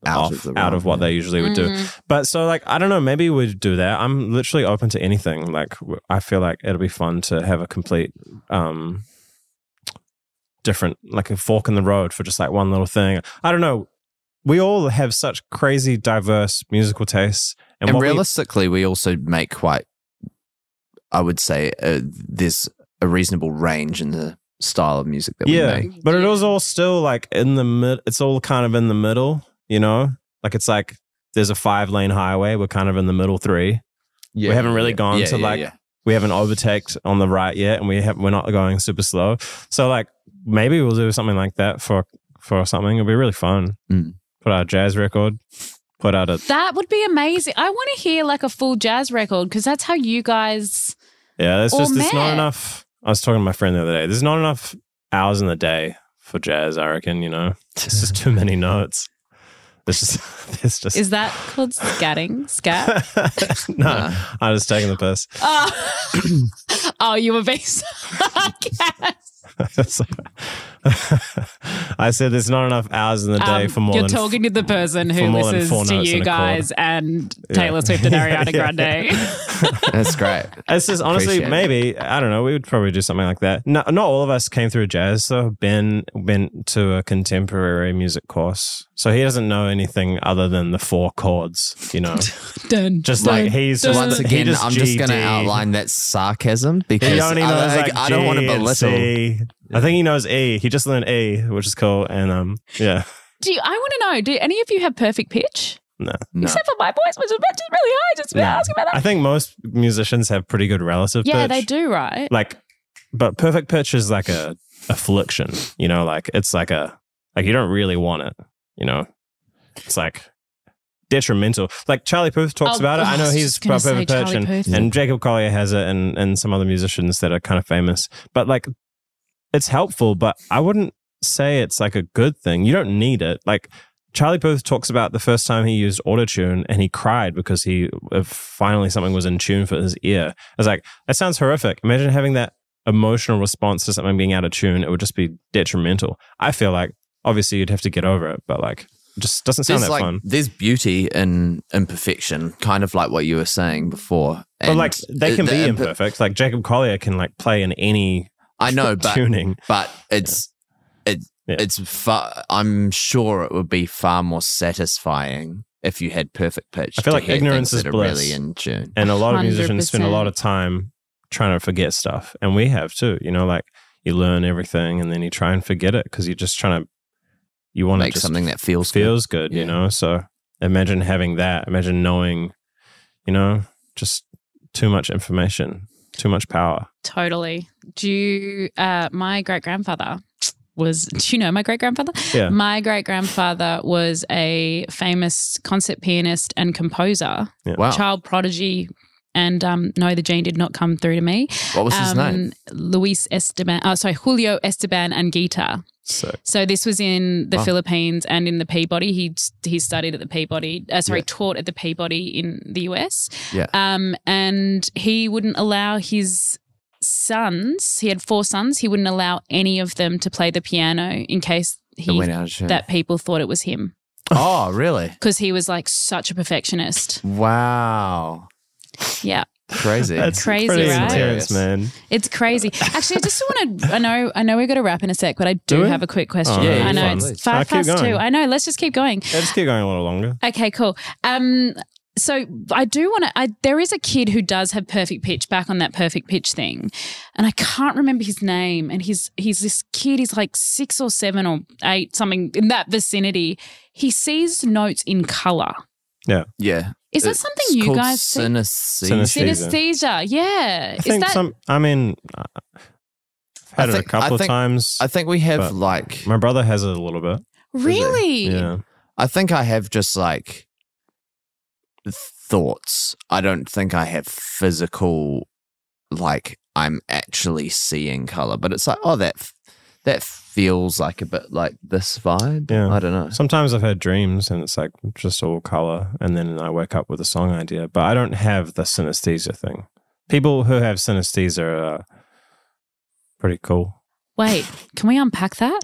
C: Out
B: off
C: of the
B: out
C: realm,
B: of what
C: yeah.
B: they usually would do.
D: mm.
B: But so like I don't know, maybe we'd do that. I'm literally open to anything. Like w- I feel like it'll be fun to have a complete um different like a fork in the road for just like one little thing. I don't know. We all have such crazy diverse musical tastes
C: And,
B: what we-
C: realistically, we also make quite. I would say uh, there's a reasonable range in the style of music that
B: yeah,
C: we make.
B: but it was all still like in the mid. It's all kind of in the middle, you know. Like it's like there's a five lane highway. We're kind of in the middle three.
C: Yeah,
B: haven't really gone to, like,
C: yeah.
B: we haven't overtaked on the right yet, and we have we're not going super slow. So like maybe we'll do something like that for for something. It'll be really fun.
C: Mm.
B: Put out a jazz record. Put out a
D: That would be amazing. I want to hear like a full jazz record because that's how you guys.
B: yeah.
C: Oh,
B: It's
D: Or
B: just there's not
D: Met.
B: enough. I was talking to my friend the other day. There's not enough hours in the day for jazz. I reckon you know it's just too many notes. There's just [laughs] there's just
D: Is that called scatting? Scat?
B: [laughs] no,
C: Nah.
B: I'm just taking the piss. [laughs]
D: oh. [coughs] oh, you were being sarcastic.
B: I said there's not enough hours in the day
D: Um,
B: for more
D: you're
B: than
D: talking to the person
B: for
D: who
B: more than four
D: listens to
B: notes in
D: you
B: a chord.
D: guys and
B: Yeah.
D: Taylor Swift and
B: Yeah, [laughs]
D: Ariana
B: yeah,
D: Grande.
C: That's great.
B: [laughs] It's just honestly,
C: Appreciate it.
B: maybe I don't know. We would probably do something like that. No, not all of us came through jazz. So Ben went to a contemporary music course, so he doesn't know anything other than the four chords.
C: [laughs]
B: You know,
D: Dun,
B: just
D: dun,
B: like he's
D: dun.
B: just,
C: Once
B: he
C: again,
B: just
C: I'm just going to
B: GD.
C: outline that sarcasm because
B: He only
C: I,
B: knows
C: like,
B: like,
C: I don't want to
B: G and
C: belittle.
B: C. I think he knows E. He just learned E, which is cool. And um, yeah,
D: Do you, I want to know? Do any of you have perfect pitch?
C: No.
D: Except for my voice, which is which is really high. Just
B: No.
D: ask about
B: I
D: that.
B: think most musicians have pretty good relative.
D: Yeah,
B: pitch.
D: they do, right?
B: like but perfect pitch is like a affliction you know like it's like a like you don't really want it you know it's like detrimental like charlie puth talks
D: Oh,
B: about it
D: I
B: i know
D: was
B: he's
D: just gonna
B: about perfect
D: say
B: pitch
D: Charlie
B: and,
D: Puth.
B: and jacob collier has it and and some other musicians that are kind of famous but like it's helpful but i wouldn't say it's like a good thing you don't need it like Charlie Puth talks about the first time he used autotune and he cried because he uh, finally something was in tune for his ear. It's like, that sounds horrific. Imagine having that emotional response to something being out of tune. It would just be detrimental. I feel like obviously you'd have to get over it, but like it just doesn't sound
C: There's,
B: that
C: like,
B: fun.
C: there's beauty in imperfection, kind of like what you were saying before.
B: But
C: And
B: like they
C: it-
B: can
C: the
B: be
C: imper-
B: imperfect. Like Jacob Collier can like play in any
C: I know,
B: [laughs]
C: but
B: tuning.
C: but it's it
B: Yeah.
C: it's far. I'm sure it would be far more satisfying if you had perfect pitch.
B: I feel
C: to
B: like
C: hear
B: ignorance
C: things
B: is
C: that are
B: bliss.
C: Really in tune.
B: And a lot of musicians spend a lot
D: 100%.
B: of time trying to forget stuff. And we have too, you know, like you learn everything and then you try and forget it because you're just trying to you want to
C: make
B: just
C: something that feels good.
B: feels good,
C: Yeah.
B: you know. So imagine having that. Imagine knowing, you know, just too much information, too much power.
D: Totally. Do you, uh, my great grandfather was, do you know my great grandfather?
B: Yeah.
D: My great grandfather was a famous concert pianist and composer,
C: Wow.
D: child prodigy. And um, no, the gene did not come through to me.
C: What was
D: um,
C: his name?
D: Luis Esteban, oh, sorry, Julio Esteban and Gita.
B: So
D: So this was in the
C: Wow.
D: Philippines and in the Peabody. He he studied at the Peabody. Uh, sorry, taught at the Peabody in the US.
C: Yeah.
D: Um, and he wouldn't allow his sons. He had four sons. He wouldn't allow any of them to play the piano in case
C: That
D: he
C: went out of tune.
D: that people thought it was him
C: oh, really?
D: because he was like such a perfectionist.
C: Wow. [laughs]
D: Yeah.
B: [laughs]
C: Crazy.
B: that's
D: Crazy,
B: pretty
D: right?
B: intense, man.
D: It's crazy. Actually, I just want to. I know. I know we've got to wrap in a sec, but I do,
B: Do we?
D: have a quick question.
B: Oh, yeah,
D: I
B: yeah,
D: know
B: fine.
D: it's
C: Please.
B: I'll
D: five
B: keep
D: past
B: going.
D: two. I know. Let's just keep going.
B: Yeah, just keep going a little longer.
D: Okay, cool. Um, so I do want to. I there is a kid who does have perfect pitch back on that perfect pitch thing, and I can't remember his name. And he's he's this kid. He's like six or seven or eight, something in that vicinity. He sees notes in color.
C: yeah.
D: Is that
C: It's
D: something you
C: called
D: guys see?
C: synesthesia?
B: Synesthesia.
D: Synesthesia, yeah.
B: I
D: Is
B: think
D: that
B: some. I mean, uh, I've
C: I
B: had it
C: think-
B: a
C: I
B: couple of
C: think-
B: times.
C: I think we have
B: But-
C: like
B: My brother has it a little bit.
D: really?
B: Yeah.
C: I think I have just like thoughts. I don't think I have physical like I'm actually seeing color, but it's like oh that f- that feels like a bit like this vibe.
B: Yeah.
C: I don't know.
B: Sometimes I've had dreams and it's like just all color, and then I wake up with a song idea. But I don't have the synesthesia thing. People who have synesthesia are pretty cool.
D: Wait, can we unpack
B: [laughs]
D: that?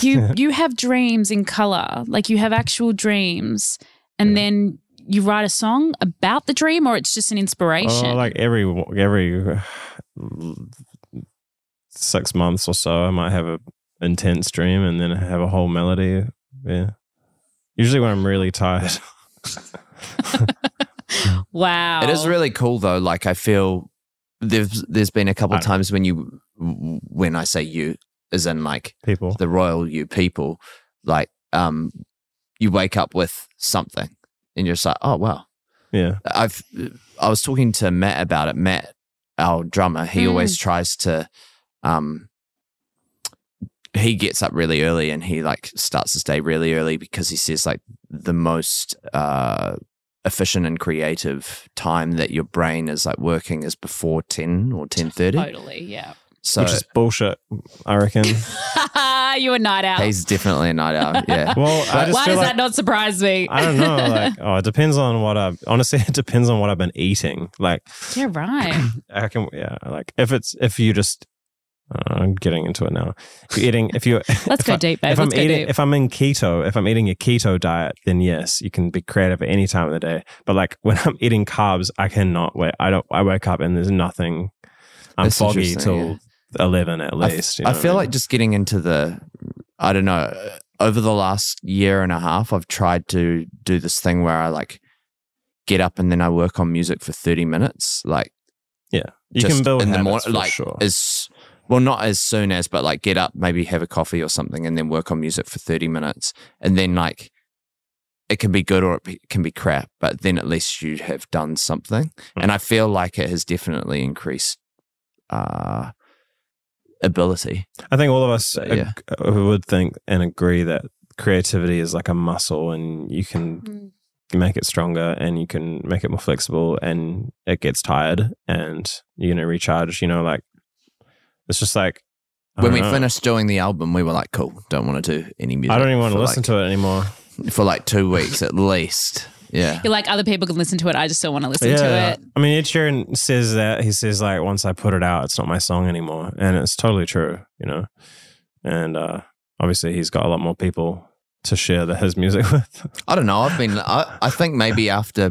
D: You you have dreams in color, like you have actual dreams, and
B: Yeah.
D: then you write a song about the dream, or it's just an inspiration.
B: Oh, like every every six months or so, I might have a intense dream and then have a whole melody. Yeah. Usually when I'm really tired. [laughs]
D: wow,
C: It is really cool though. Like I feel there's there's been a couple
B: I-
C: times when you when I say you as in like
B: People.
C: the royal you people, like um you wake up with something and you're just like, oh wow.
B: Yeah.
C: I've I was talking to Matt about it. Matt, our drummer, he
D: Mm.
C: always tries to um he gets up really early and he like starts his day really early because he says like the most uh efficient and creative time that your brain is like working is before 10 or 10:30.
D: totally yeah. [laughs]
C: So
B: Which is bullshit, I reckon.
D: you a night out.
C: he's definitely a night owl.
B: [laughs]
C: Yeah.
B: Well, I just
D: Why
B: feel
D: does
B: like,
D: that not surprise me?
B: I don't
D: [laughs]
B: know. Like, oh, it depends on what I've honestly. [laughs] It depends on what I've been eating. Like,
D: yeah,
B: [laughs]
D: right.
B: I can yeah. Like, if it's if you just, I don't know, I'm getting into it now. If you're eating, if you
D: Let's
B: if
D: go
B: I-
D: deep, babe.
B: if I'm
D: Let's go
B: eating,
D: deep.
B: if I'm in keto, if I'm eating a keto diet, then yes, you can be creative at any time of the day. But like when I'm eating carbs, I cannot wait. I don't. I wake up and there's nothing. I'm
C: That's
B: foggy
C: interesting,
B: till
C: yeah.
B: eleven at
C: I f-
B: least. you
C: I
B: know
C: feel
B: what
C: like just getting into the, I don't know, over the last year and a half, I've tried to do this thing where I like get up and then I work on music for 30 minutes. Like,
B: mean? you
C: just
B: can build
C: in the
B: habits for
C: morning, like,
B: sure.
C: as well, not as soon as, but like get up, maybe have a coffee or something, and then work on music for 30 minutes. And then, like, it can be good or it be- can be crap, but then at least you have done something.
B: Hmm.
C: And I feel like it has definitely increased uh, ability.
B: I think all of us
C: So, yeah.
B: ag- would think and agree that creativity is like a muscle and you can
D: Mm.
B: make it stronger and you can make it more flexible and it gets tired and you're going to recharge, you know, like it's just like I
C: when
B: don't
C: we
B: know.
C: finished doing the album, we were like, "Cool, don't want to do any music."
B: I don't even want to
C: for
B: listen to it anymore.
C: it for like two weeks at least. Yeah,
D: You're like other people can listen to it. I just don't want to listen to it.
B: I mean, Ed Sheeran says that he says like once I put it out, it's not my song anymore, and it's totally true, you know. And uh, obviously, he's got a lot more people to share the, his music [laughs] with.
C: I don't know. I've been. I, I think maybe after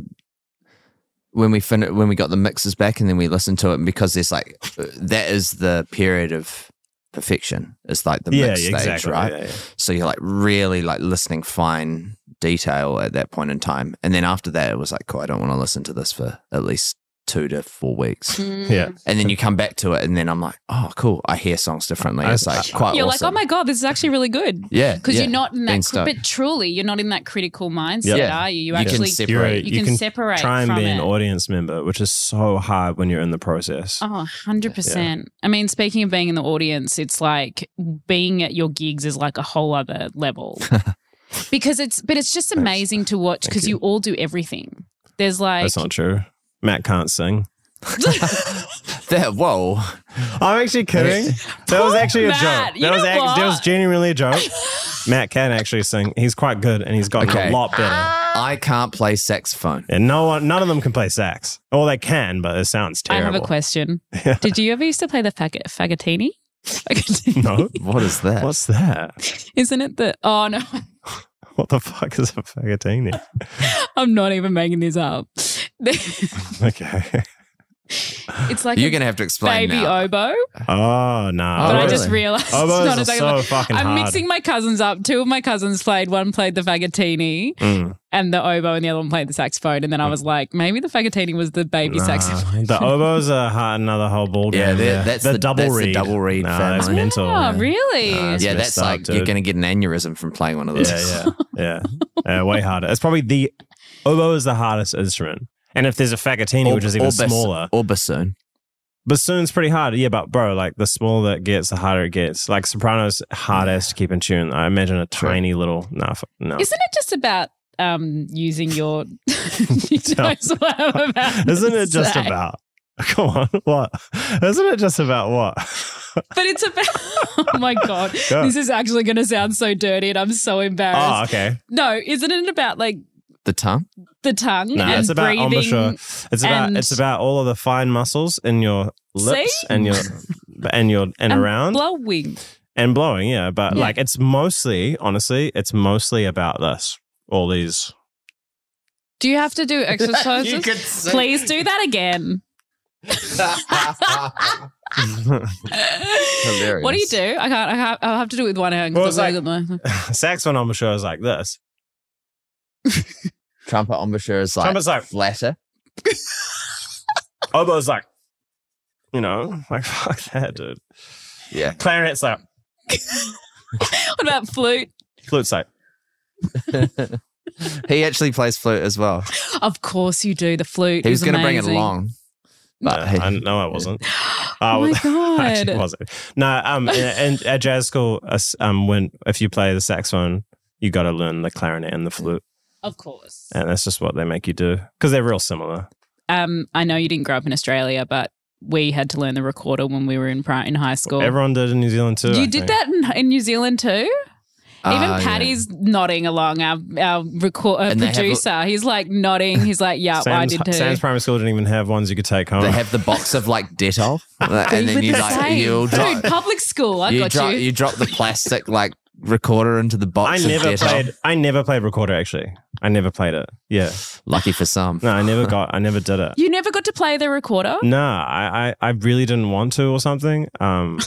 C: when we fin- when we got the mixes back and then we listened to it, and because there's like uh, that is the period of perfection. It's like the mix stage, right?
B: Yeah, yeah.
C: So you're like really like listening fine detail at that point in time, and then after that, it was like, "Cool, I don't want to listen to this for at least two to four weeks.
D: Mm.
B: Yeah.
C: And then you come back to it, and then I'm like, oh, cool. I hear songs differently.
B: I-
C: It's
D: [laughs]
C: like quite
D: You're like,
C: Uh, awesome.
D: oh my God, this is actually really good.
C: Yeah.
D: [laughs] Because
C: yeah. [laughs]
D: you're not
C: Being
D: in that, cri-
C: stuck.
D: but truly, you're not in that critical mindset,
C: Yeah.
D: are you? You
C: You can
D: actually,
C: separate.
B: You're a-
C: Right.
D: you, can, separate
B: try and
D: from
B: be
D: it.
B: an audience member, which is so hard when you're in the process.
D: Oh, 100%. I mean, speaking of being in the audience, it's like being at your gigs is like a whole other
B: [laughs]
D: level. because it's, but it's just amazing to watch
B: Thank
D: because you.
B: you.
D: all do everything. There's like,
B: That's not true. Matt can't sing.
C: There, whoa.
B: I'm actually kidding. That was actually a
D: Matt,
B: joke.
D: you
B: That was
D: know
B: act-
D: what?
B: that was genuinely a
D: [laughs]
B: joke. Matt can actually sing. He's quite good, and he's gotten
C: Okay.
B: a lot better.
C: I can't play saxophone.
B: And no one, none of them can play sax. Or they can, but it sounds
D: I
B: terrible.
D: have a question.
B: Yeah.
D: Did you ever used to play the fag- fagatini?
B: [laughs] [laughs]
D: Fagatini?
B: No,
C: What is that?
B: what's that?
D: [laughs] Isn't it the, oh no, [laughs]
B: What the fuck is a fagatini?
D: I'm not even making this up.
B: [laughs]
D: [laughs]
B: Okay.
D: It's like
C: You're
D: a
C: going to have to explain
D: baby
C: now.
D: oboe,
B: Oh no!
D: but I
C: really?
D: just realized [laughs]
B: Oboes
D: it's not
B: are so
D: exactly.
B: fucking
D: I'm
B: hard.
D: mixing my cousins up. Two of my cousins played. One played the fagatini
B: Mm.
D: and the oboe, and the other one played the saxophone. And then I was like, maybe the fagatini was the baby
B: Nah.
D: saxophone.
B: The oboes are hard, another whole ball game.
C: Yeah, they're- that's the-
B: double
C: that's the
B: reed.
C: double reed
B: Nah, that's
D: [laughs]
C: family.
B: mental.
D: Oh,
B: man.
D: really?
B: Nah, it's
C: yeah,
B: messed
C: that's
B: up,
C: like you're
B: dude.
C: going to get an aneurysm from playing one of those.
B: Yeah, [laughs] yeah, yeah. Uh, way harder. It's probably the oboe is the hardest instrument. And if there's a fagatini, which is even
C: bas-
B: smaller,
C: [laughs] Or bassoon.
B: bassoon's pretty hard. Yeah, but bro, like the smaller it gets, the harder it gets. Like soprano's hardest to keep in tune. I imagine a
C: True.
B: tiny little nah, f- no.
D: Isn't it just about um, using your? [laughs]
B: [laughs]
D: you
B: No.
D: knows what I'm about to
B: [laughs] [laughs] Isn't it just
D: say.
B: about? [laughs] Come on, what? Isn't it just about what? [laughs]
D: But it's about. [laughs] oh my god,
B: Go.
D: this is actually going to sound so dirty, and I'm so embarrassed.
B: oh, okay.
D: No, isn't it about like
C: The tongue?
D: the tongue
B: No,
D: and
B: it's about
D: breathing?
B: embouchure. It's about
D: and-
B: it's about all of the fine muscles in your lips
D: See?
B: and [laughs] your and your and,
D: and
B: around
D: blowing.
B: and blowing. Yeah, but
D: Yeah.
B: like it's mostly, honestly, it's mostly about this. All these.
D: Do you have to do exercises?
C: could sing.
D: Please do that again. Ah.
B: [laughs]
D: [laughs] What do you
C: Hilarious.
D: do? I can't. I can't I'll have to do it with one hand.
B: Well,
D: 'cause
B: it's
D: I've only got my-
B: Saxophone embouchure is like this.
C: [laughs] Trumpet embouchure is like,
B: Trumpet's like-
C: flatter. [laughs]
B: Oboe's like, you know, like [laughs] fuck that, dude.
C: Yeah.
B: Clarinet's like,
D: [laughs] what about flute?
B: flute's like.
C: He actually plays flute as well.
D: Of course you do. The flute.
C: He was
D: going to
C: bring it along. But
B: no,
C: he-
B: I no, I
D: [gasps]
B: wasn't.
D: Oh
B: [laughs]
D: my
B: I actually
D: god!
B: wasn't. No, um, and at jazz school, us- um, when if you play the saxophone, you got to learn the clarinet and the flute,
D: Of course.
B: and that's just what they make you do because they're real similar.
D: Um, I know you didn't grow up in Australia, but we had to learn the recorder when we were in pri- in high school.
B: Everyone did in New Zealand too. I
D: you
B: think.
D: did that in, in New Zealand too. Even
C: Ah, yeah.
D: Paddy's nodding along. Our our record uh,
C: And they have a-
D: producer. he's like nodding. He's like, "Yeah, well, I
B: Sam's,
D: did too."
B: Sam's primary school didn't even have ones you could take home.
C: They have the box of like Dettol,
D: [laughs]
C: and then
D: Oh. With
C: you
D: the
C: like
D: same.
C: you all drop,
D: Dude, public school. I
C: you,
D: got
C: drop
D: you.
C: drop the plastic like recorder into the
B: I
C: box. of
B: never
C: Dettol.
B: played. I never played recorder. Actually, I never played it. Yeah,
C: Lucky for some.
B: no, I never got. I never did it.
D: You never got to play the recorder?
B: Nah, I, I, I really didn't want to or something. Um,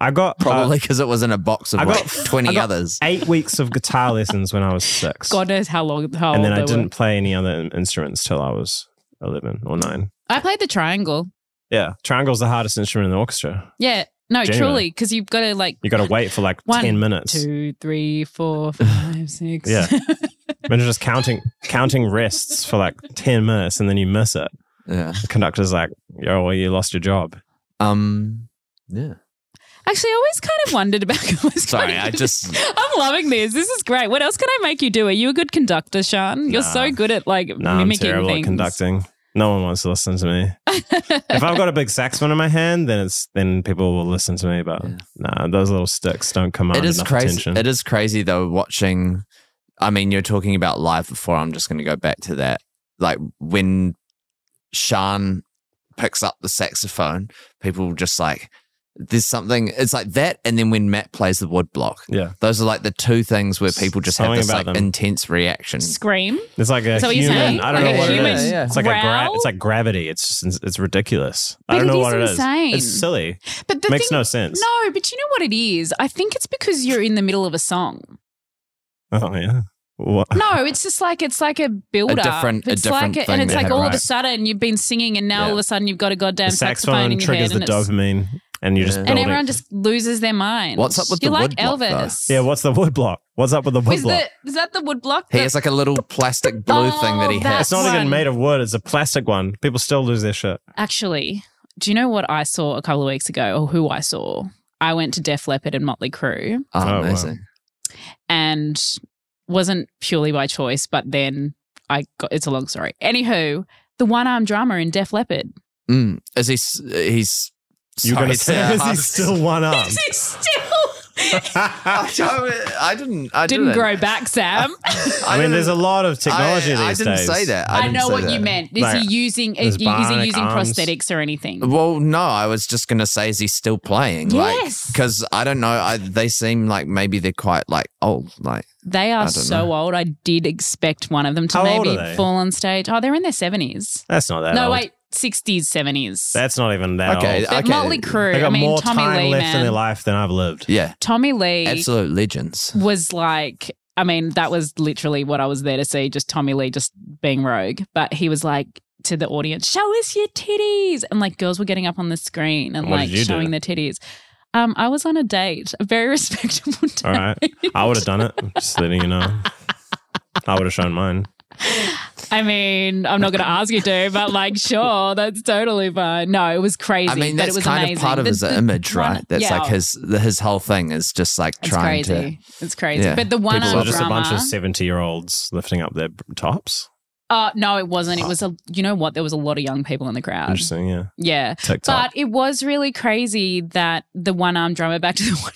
B: I got uh,
C: Probably because it was in a box of
B: I
C: like
B: got-
C: twenty
B: I got-
C: others.
B: eight weeks of guitar lessons when I was six.
D: God knows how long. How
B: and then
D: old
B: I
D: they
B: didn't
D: Were.
B: play any other in- instruments till I was 11 or 9.
D: I played the triangle.
B: Yeah, triangle's the hardest instrument in the orchestra.
D: Yeah. No,
B: Genuinely.
D: truly, because you've got to like
B: You got to wait for like
D: One,
B: 10 minutes.
D: two, three, four, five, [laughs] six.
B: Yeah. Imagine just counting counting rests for like 10 minutes and then you miss it.
C: Yeah.
B: The conductor's like, yo, well, you lost your job.
C: Um. Yeah.
D: Actually, I always kind of wondered about. [laughs] I always
C: Sorry,
D: kind
C: I
D: of-
C: just
D: [laughs] I'm loving this. This is great. What else can I make you do? Are you a good conductor, Sean? You're
B: Nah.
D: so good at like
B: Nah, I'm
D: mimicking
B: terrible
D: things.
B: at conducting. No one wants to listen to
D: [laughs]
B: me. if I've got a big saxophone in my hand, then it's then people will listen to me. But
C: Yeah.
B: nah, those little sticks don't command
C: it is
B: enough
C: crazy.
B: attention.
C: It is crazy though. Watching, I mean, you're talking about live before. I'm just going to go back to that. Like when Sean picks up the saxophone, people just like there's something. It's like that, and then when Matt plays the wood block,
B: yeah,
C: those are like the two things where people just have
B: Something
C: this
B: about
C: like
B: them.
C: intense reaction.
D: Scream.
B: it's like a
D: Is that what you're
B: human.
D: saying?
B: I don't
D: Like
B: know
D: a
B: what
D: human
B: it is.
C: Yeah, yeah.
B: It's like a gra-
D: growl?
B: it's like gravity. It's just, it's ridiculous. I
D: But
B: don't
D: it
B: know
D: is
B: what
D: insane.
B: it is. It's silly.
D: But the
B: Makes
D: thing,
B: no sense.
D: no, but you know what it is? I think it's because you're in the middle of a song.
B: Oh yeah. What? [laughs]
D: No, it's just like it's like a build up.
C: different- a
D: it's
C: different
D: like
C: thing
D: and it's
C: that-
D: like all of a
B: Right.
D: sudden you've been singing and now
C: Yeah.
D: all of a sudden you've got a goddamn
B: The
D: saxophone,
B: saxophone
D: in your
B: triggers
D: head
B: the
D: and, it's-
B: dopamine, and you just
C: Yeah.
D: and
B: build
D: everyone
B: it.
D: just loses their mind.
C: What's up with
D: you
C: the
D: like
C: woodblock, though?
D: Elvis?
B: Yeah, what's the wood block? What's up with the wood
D: Was
B: block?
D: the, is that the wood block?
C: He
D: that-
C: has like a little plastic blue
D: Oh,
C: thing that he
D: that
C: has.
B: It's not
D: one.
B: even made of wood. It's a plastic one. People still lose their shit.
D: Actually, do you know what I saw a couple of weeks ago, or who I saw? I went to Def Leppard and Motley Crue,
C: Oh,
B: wow.
C: amazing.
D: and wasn't purely by choice, but then I got. It's a long story. Anywho, the one-armed drummer in
B: [laughs]
D: Def Leppard.
C: Mm. Is he? s- He's.
B: You're
C: sorry,
B: gonna say [laughs]
C: Sarah.
B: is he still one
D: [laughs]
B: arm? [laughs]
D: Is he still
C: [laughs] I, don't- [laughs] I didn't. I
D: didn't
C: didn't,
D: grow back, Sam?
B: I mean, there's a lot of technology
C: I,
B: these
C: I didn't
B: days.
C: say that. I,
D: I,
C: didn't
D: know
C: say
D: what
C: that.
D: you meant. Is
B: Like,
D: he using?
B: there's
D: Is, he- is he
B: bionic
D: using
B: arms.
D: prosthetics or anything?
C: Well, no, I was just gonna say, is he still playing?
D: Yes.
C: Because I don't know. I, they seem like maybe they're quite like old. Like
D: They
C: I
D: are
C: don't
D: so
C: know.
D: old. I did expect one of them to
B: How old
D: maybe
B: are they?
D: fall on stage. Oh, they're in their seventies.
B: That's not that.
D: No,
B: old.
D: wait, sixties, seventies.
B: That's not even that
C: Okay,
B: old.
C: I-
D: But Motley Crue.
B: They got
D: I mean,
B: more
D: Tommy
B: time
D: Lee,
B: left in
D: man.
B: their life than I've lived.
C: yeah,
D: Tommy Lee
C: absolute legends.
D: was like, I mean, that was literally what I was there to see. Just Tommy Lee just being rogue, but he was like to the audience, "Show us your titties," and like girls were getting up on the screen and
B: What
D: like
B: did you do?
D: showing their titties. Um, I was on a date, a very [laughs] respectable date.
B: All right. I would have done it. Just letting you know. I would have shown mine.
D: I mean, I'm not going to ask you to, but like, sure, that's totally fine. No, it was crazy.
C: I mean,
D: but
C: that's
D: it was
C: kind
D: amazing.
C: of part of
D: The-
C: his
D: the
C: image,
D: one-
C: right? That's
D: yeah,
C: like his the, his whole thing is just like
D: It's
C: trying to.
D: crazy. It's crazy.
C: Yeah.
D: But the one
B: So
C: People Well,
D: armed
B: just a
D: drummer.
B: bunch of seventy-year-olds lifting up their b- tops.
D: uh, no, it wasn't. It was a. You know what? There was a lot of young people in the crowd.
B: Interesting. Yeah.
D: Yeah,
B: TikTok.
D: but it was really crazy that the one armed drummer. Back to the [laughs] one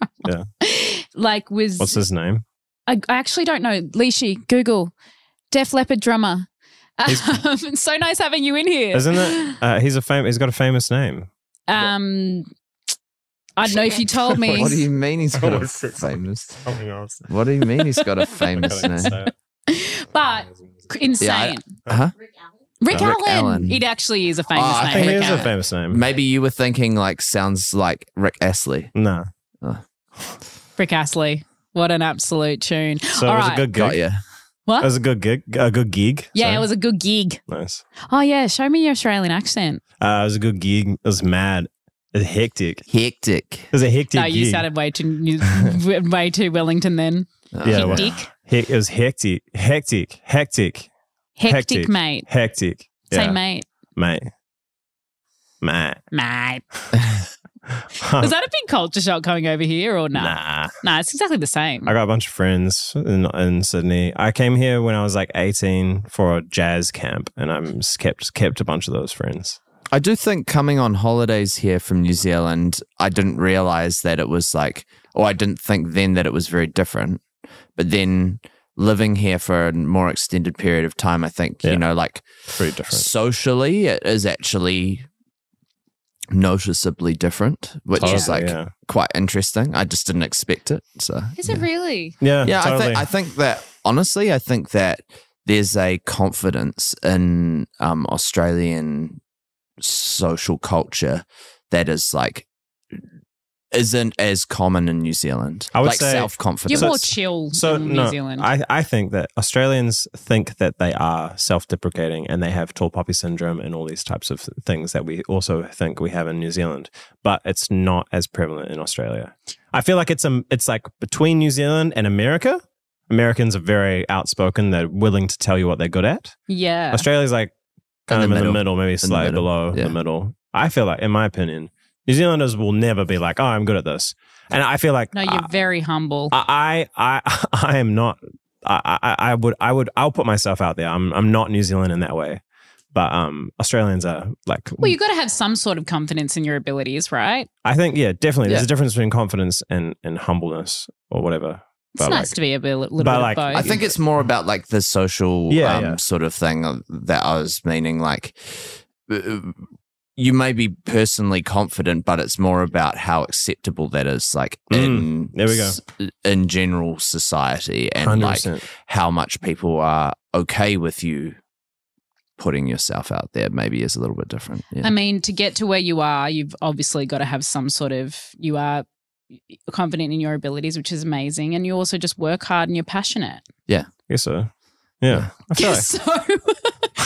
D: armed drummer. Yeah. like was
B: What's his
C: [laughs]
B: name?
D: I, I actually don't know. Leashy, Google, Def Leppard drummer. [laughs] Um, it's so nice having you in here.
B: Isn't it? Uh, he's a fam- He's got a famous name.
D: [gasps] Um, I don't know if you
B: [laughs]
D: told me.
C: What do you mean he's got
B: Oh,
C: a
B: it's- it's-
C: famous?
B: Something else.
C: What do you mean he's
B: [laughs]
C: got a famous name?
D: But insane.
C: Yeah, huh?
B: Huh?
D: Rick,
C: Rick
D: Allen.
C: Allen.
D: It actually is a famous
C: Oh, I
B: I
D: name.
B: think he
D: Rick
B: is a
D: Allen.
B: famous name.
C: Maybe you were thinking like sounds like Rick Astley.
B: No.
D: Rick Astley. What an absolute tune.
B: So
D: All
B: it was
D: right.
B: a good gig.
C: Got you.
D: What?
B: It was a good gig. A good gig.
D: yeah,
B: sorry.
D: it was a good gig.
B: nice.
D: Oh yeah, show me your Australian accent.
B: Uh, it was a good gig. It was mad. It was hectic. It
C: Hectic.
B: was a hectic
D: No, you
B: gig.
D: sounded way too
B: [laughs]
D: you, way too Wellington then.
B: Yeah,
C: Oh,
B: Oh, well-
D: Dick.
B: He- it was hectic. Hectic. Hectic.
D: Hectic,
B: Hectic.
D: mate.
B: Hectic.
D: Say
B: Yeah.
D: mate.
B: Mate. Mate. [laughs]
D: Mate. Was that a big culture shock coming over here or not?
B: Nah.
D: Nah, it's exactly the same.
B: I got a bunch of friends in, in Sydney. I came here when I was like 18 for a jazz camp, and I'm s- kept kept a bunch of those friends.
C: I do think coming on holidays here from New Zealand, I didn't realize that it was like, or I didn't think then that it was very different. But then living here for a more extended period of time, I think,
B: Yeah.
C: you know, like
B: Pretty different.
C: socially, it is actually noticeably different, which is
B: Totally,
C: like
B: yeah.
C: quite interesting. I just didn't expect it. So,
D: Is it really?
B: Yeah, [laughs]
C: yeah,
B: totally.
C: I, think I think that honestly, I think that there's a confidence in um, Australian social culture that is like isn't as common in New Zealand.
B: I would
C: like
B: say-
C: self
D: You're
C: confidence.
B: So-
D: more chill
B: so
D: in
B: no,
D: New Zealand.
B: I, I think that Australians think that they are self-deprecating and they have tall poppy syndrome and all these types of things that we also think we have in New Zealand, but it's not as prevalent in Australia. I feel like it's um it's like between New Zealand and America. Americans are very outspoken. They're willing to tell you what they're good at.
D: yeah.
B: Australia's like kind of
C: In the
B: in the
C: middle.
B: middle, maybe slightly
C: middle,
B: below
C: yeah.
B: the middle. I feel like, in my opinion, New Zealanders will never be like, "Oh, I'm good at this," and I feel like
D: No, you're
B: I-
D: very humble.
B: I I [laughs] I I am not. I, I I would I would I'll put myself out there. I'm I'm not New Zealand in that way, but um Australians are like.
D: well, you got to have some sort of confidence in your abilities, right?
B: I think yeah, definitely. There's
C: Yeah.
B: a difference between confidence and and humbleness or whatever.
D: It's
B: But,
D: nice
B: like-
D: to be a bit, little
B: but,
D: bit
B: like,
D: of both.
C: I think it's more about like the social
B: Yeah,
C: um,
B: yeah.
C: sort of thing that I was meaning. Like, uh, you may be personally confident, but it's more about how acceptable that is, like
B: Mm,
C: in
B: there we go.
C: s- in general society, and like
B: 100%.
C: how much people are okay with you putting yourself out there. Maybe is a
D: [laughs]
C: little bit different. Yeah.
D: I mean, to get to where you are, you've obviously got to have some sort of you are confident in your abilities, which is amazing. And you also just work hard and you're passionate.
B: I guess so. Yeah. I feel like,
D: [laughs] so
B: [laughs] I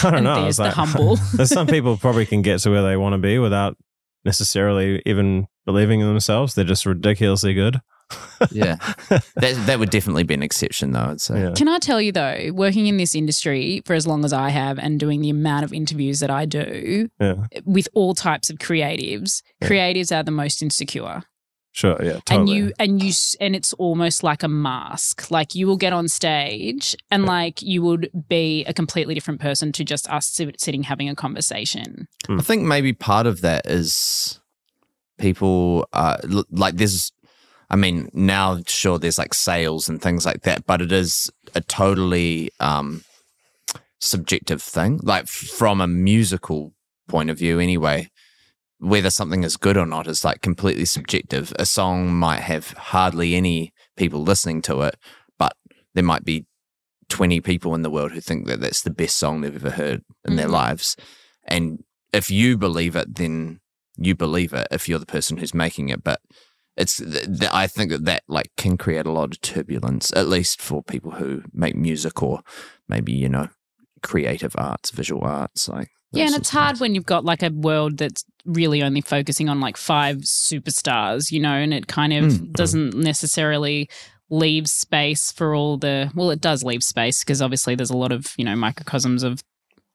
B: don't
D: and
B: know. I
D: there's
B: was
D: the
B: like,
D: humble.
B: [laughs] there's some people probably can get to where they want to be without necessarily even believing in themselves. They're just ridiculously
D: [laughs]
B: good. [laughs]
C: Yeah. that, that would definitely be an exception, though, I'd say.
B: Yeah.
D: Can I tell you though, working in this industry for as long as I have and doing the amount of interviews that I do
B: Yeah.
D: with all types of creatives,
B: Yeah.
D: creatives are the most insecure.
B: Sure. Yeah. Totally.
D: And you and you s- and it's almost like a mask. Like you will get on stage and like you would be a completely different person to just us sit- sitting having a conversation.
C: I think maybe part of that is people uh, l- like there's, I mean, now sure there's like sales and things like that, but it is a totally um, subjective thing. Like f- from a musical point of view, anyway, whether something is good or not is like completely subjective. A song might have hardly any people listening to it, but there might be 20 people in the world who think that that's the best song they've ever heard in their
D: Mhm.
C: lives. And if you believe it, then you believe it if you're the person who's making it. But it's, th- th- I think that that like can create a lot of turbulence, at least for people who make music or maybe, you know, creative arts, visual arts. Like,
D: yeah,
C: those
D: and
C: sorts
D: it's
C: of
D: hard
C: things.
D: when you've got like a world that's really only focusing on like five superstars, you know, and it kind of
B: Hmm,
C: Mm.
D: doesn't necessarily leave space for all the well, it does leave space because obviously there's a lot of, you know, microcosms of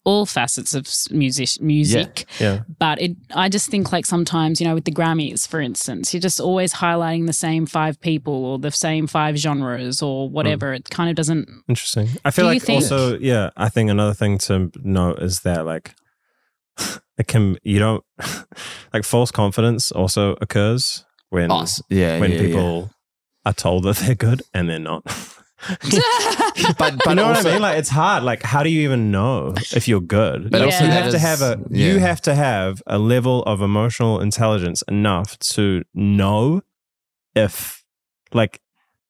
D: all facets of s- music music.
B: yeah.
D: But it I just think like sometimes, you know, with the Grammys, for instance, you're just always highlighting the same five people or the same five genres
B: Hmm.
D: or whatever. It kind of doesn't [laughs]
B: Interesting. I feel
D: Do you
B: like
D: think-
B: also, yeah, I think another thing to note is that like [sighs] it can you don't [laughs] like false confidence also occurs when
C: Oh, s- yeah,
B: when
C: yeah, yeah.
B: people are told that they're good and they're not.
C: [laughs]
B: [laughs]
C: but but
B: you know
C: also,
B: what I mean? Like it's hard. Like how do you even know if you're good?
C: But
D: Yeah. also
B: you
D: that
B: have to
C: is-
B: have a you
C: yeah.
B: have to have a level of emotional intelligence enough to know if like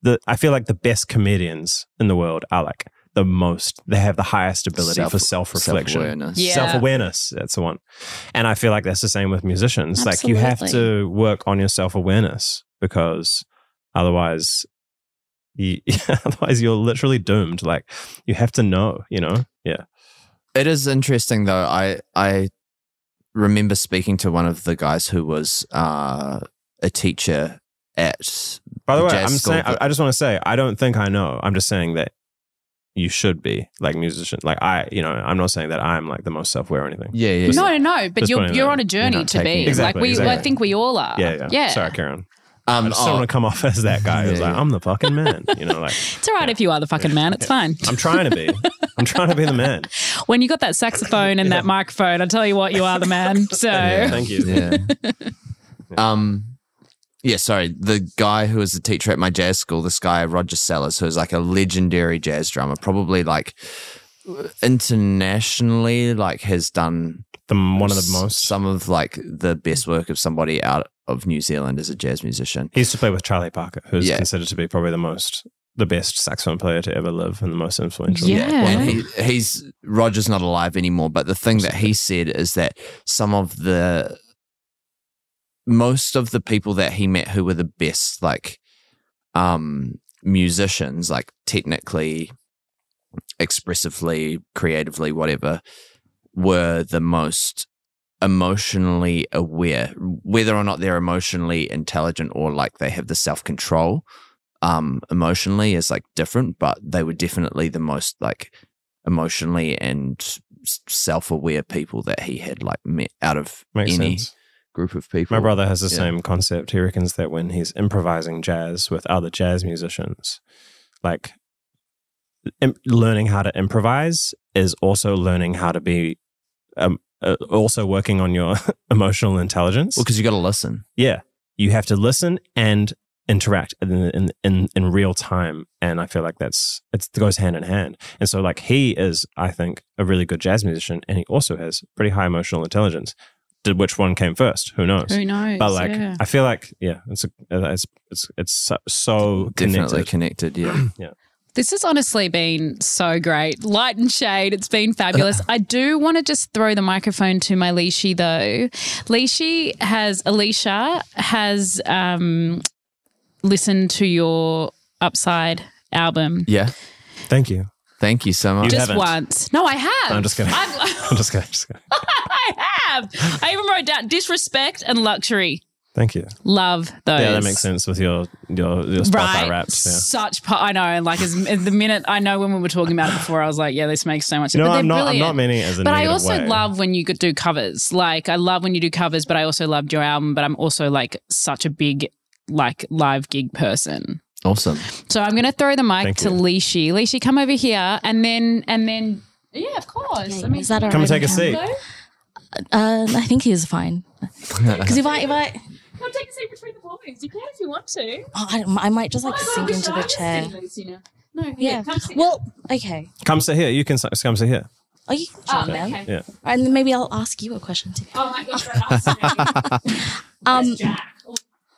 B: the I feel like the best comedians in the world are like the most they have the highest ability for self reflection.
C: self-awareness.
D: Yeah.
B: Self awareness. That's the one. And I feel like that's the same with musicians. Like you have
D: Absolutely.
B: to work on your self awareness because otherwise you, [laughs] otherwise you're literally doomed. Like you have to know, you know? Yeah.
C: It is interesting though. I I remember speaking to one of the guys who was uh, a teacher at
B: By the way, I'm
C: Jazz
B: saying
C: school,
B: I,
C: but-
B: I just want to say I don't think I know. I'm just saying that you should be like musician. Like I, you know, I'm not saying that I'm like the most self aware or anything.
C: yeah yeah.
D: No, no, but
B: Just
D: you're
B: putting it
D: you're
B: out.
D: on a journey
C: not
D: to
C: taking
D: be
C: it.
B: Exactly,
D: like we. I
B: exactly.
D: think we all are.
B: Yeah, yeah.
D: yeah.
B: Sorry, Karen. I
C: Um,
B: just don't
C: oh,
B: want to come off as that guy who's
C: [laughs] Yeah,
B: like,
C: yeah.
B: I'm the fucking man. You know, like
D: It's all right if you are the fucking man. It's fine.
B: I'm trying
C: [laughs]
B: to be. I'm trying to be the man.
D: When you got that saxophone and that microphone, I tell you what, you are
B: [laughs]
D: the man. So
B: Yeah. Thank you.
C: [laughs] Yeah. um, yeah. Sorry, the guy who was the teacher at my jazz school, this guy Roger Sellers, who is like a legendary jazz drummer, probably like internationally, like has done
B: The one of the
C: s-
B: most.
C: some of like the best work of somebody out of New Zealand as a jazz musician.
B: He used to play with Charlie Parker, who's
C: Yeah.
B: considered to be probably the most, the best saxophone player to ever live and the most influential.
D: Yeah.
C: Well, he, he's Roger's not alive anymore, but the thing that he said is that some of the most of the people that he met who were the best like um musicians like technically expressively creatively whatever were the most emotionally aware whether or not they're emotionally intelligent or like they have the self-control um emotionally is like different but they were definitely the most like emotionally and s- self-aware people that he had like met out of
B: Makes
C: any
B: sense.
C: group of people
B: My brother has the
C: Yeah.
B: same concept. He reckons that when he's improvising jazz with other jazz musicians, like im- learning how to improvise is also learning how to be, um, uh, also working on your [laughs] emotional intelligence.
C: well because you got to listen
B: Yeah, you have to listen and interact in in, in in real time, and I feel like that's it's, it goes hand in hand. And so, like, he is, I think, a really good jazz musician, and he also has pretty high emotional intelligence. Did which one came first? Who knows?
D: who knows?
B: but like,
D: yeah.
B: I feel like, yeah, it's a, uh, it's it's it's so, so
C: definitely
B: connected.
C: connected yeah
B: [clears throat]
D: This has honestly been so great. Light and shade. It's been
B: [laughs]
D: fabulous. I do want to just throw the microphone to my Leishi though. Leishi has Alicia has um listened to your Upside album
C: Yeah.
B: Thank you. [laughs]
C: Thank you so much.
B: You-
D: just
B: haven't.
D: once. No, I have.
B: I'm just kidding.
D: I've- [laughs]
B: I'm just kidding. Just kidding.
D: I have. I even wrote down disrespect and luxury.
B: Thank you.
D: Love those.
B: Yeah, that makes sense with your your, your Spotify
D: Right,
B: raps. Yeah.
D: such po- I know. Like as, as the minute I know when we were talking about it before, I was like, yeah, this makes so much. sense.
B: No,
D: But they're
B: I'm not. I'm not
D: brilliant.
B: meaning it as a
D: But I
B: negative
D: also
B: way.
D: love when you could do covers. Like I love when you do covers, but I also loved your album. But I'm also like such a big like live gig person.
C: Awesome.
D: So I'm gonna throw the mic
B: Thank
D: to
B: you.
D: Leishy. Leishy, come over here, and then and then yeah, of course. I mean,
E: Is that all
B: Come
E: right?
B: and take a seat.
D: Hello?
E: Uh, I think he was fine. Because if I, if I,
D: Come take a seat between the boys. You can if you want to.
E: oh, I, I might just like
D: Oh my God, I
E: sink
D: wish
E: into
D: I
E: the
D: was
E: chair.
D: sitting loose, you know. No, yeah.
E: Yeah.
D: come sit.
E: Well, okay.
B: Come sit here. You can s- come sit here.
E: Are you can
D: Oh,
E: jump down?
D: okay.
B: Yeah.
E: And then maybe I'll ask you a question too.
D: Oh my gosh, right,
E: [laughs] Um,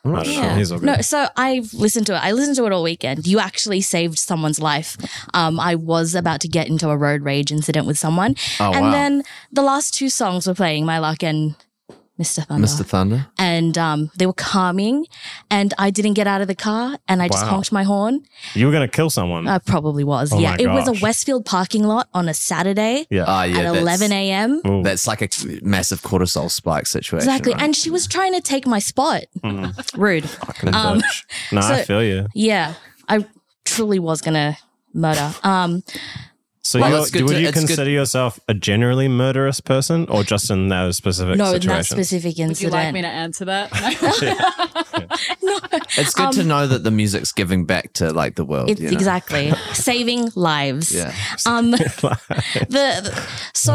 B: I'm not sure.
E: yeah.
B: He's all good.
E: No, so I've listened to it. I listened to it all weekend. You actually saved someone's life. Um, I was about to get into a road rage incident with someone.
C: Oh,
E: and
C: wow.
E: then the last two songs were playing, My Luck and Mr. Thunder.
C: Mr. Thunder.
E: and um, they were calming, and I didn't get out of the car, and I just
B: Wow.
E: honked my horn.
B: You were gonna kill someone.
D: Uh,
E: I probably was.
B: Oh
E: yeah,
B: my
E: it was
B: gosh.
E: a Westfield parking lot on a Saturday
C: Ah, yeah.
E: at
C: that's-
E: 11 a.m.
B: Ooh.
C: That's like a massive cortisol spike situation.
E: Exactly,
C: right?
E: and she was trying to take my spot.
B: Mhm.
E: Rude.
B: Fucking [laughs]
E: um,
B: bitch. No, I
E: so-
B: feel you.
E: Yeah, I truly was gonna murder. Um,
B: So,
C: Well,
B: you're-
C: it's good
B: would
C: to-
B: you
C: it's good-
B: consider yourself a generally murderous person, or just in those specific
E: no, in that
B: situations?
E: specific
D: Would you
E: incident.
D: like me to answer that?
E: [laughs]
D: [laughs] No.
E: no,
C: it's good
E: Um,
C: to know that the music's giving back to like the world.
E: it's
C: you know?
E: exactly saving lives.
C: Yeah.
E: Um,
B: [laughs]
E: the, the- so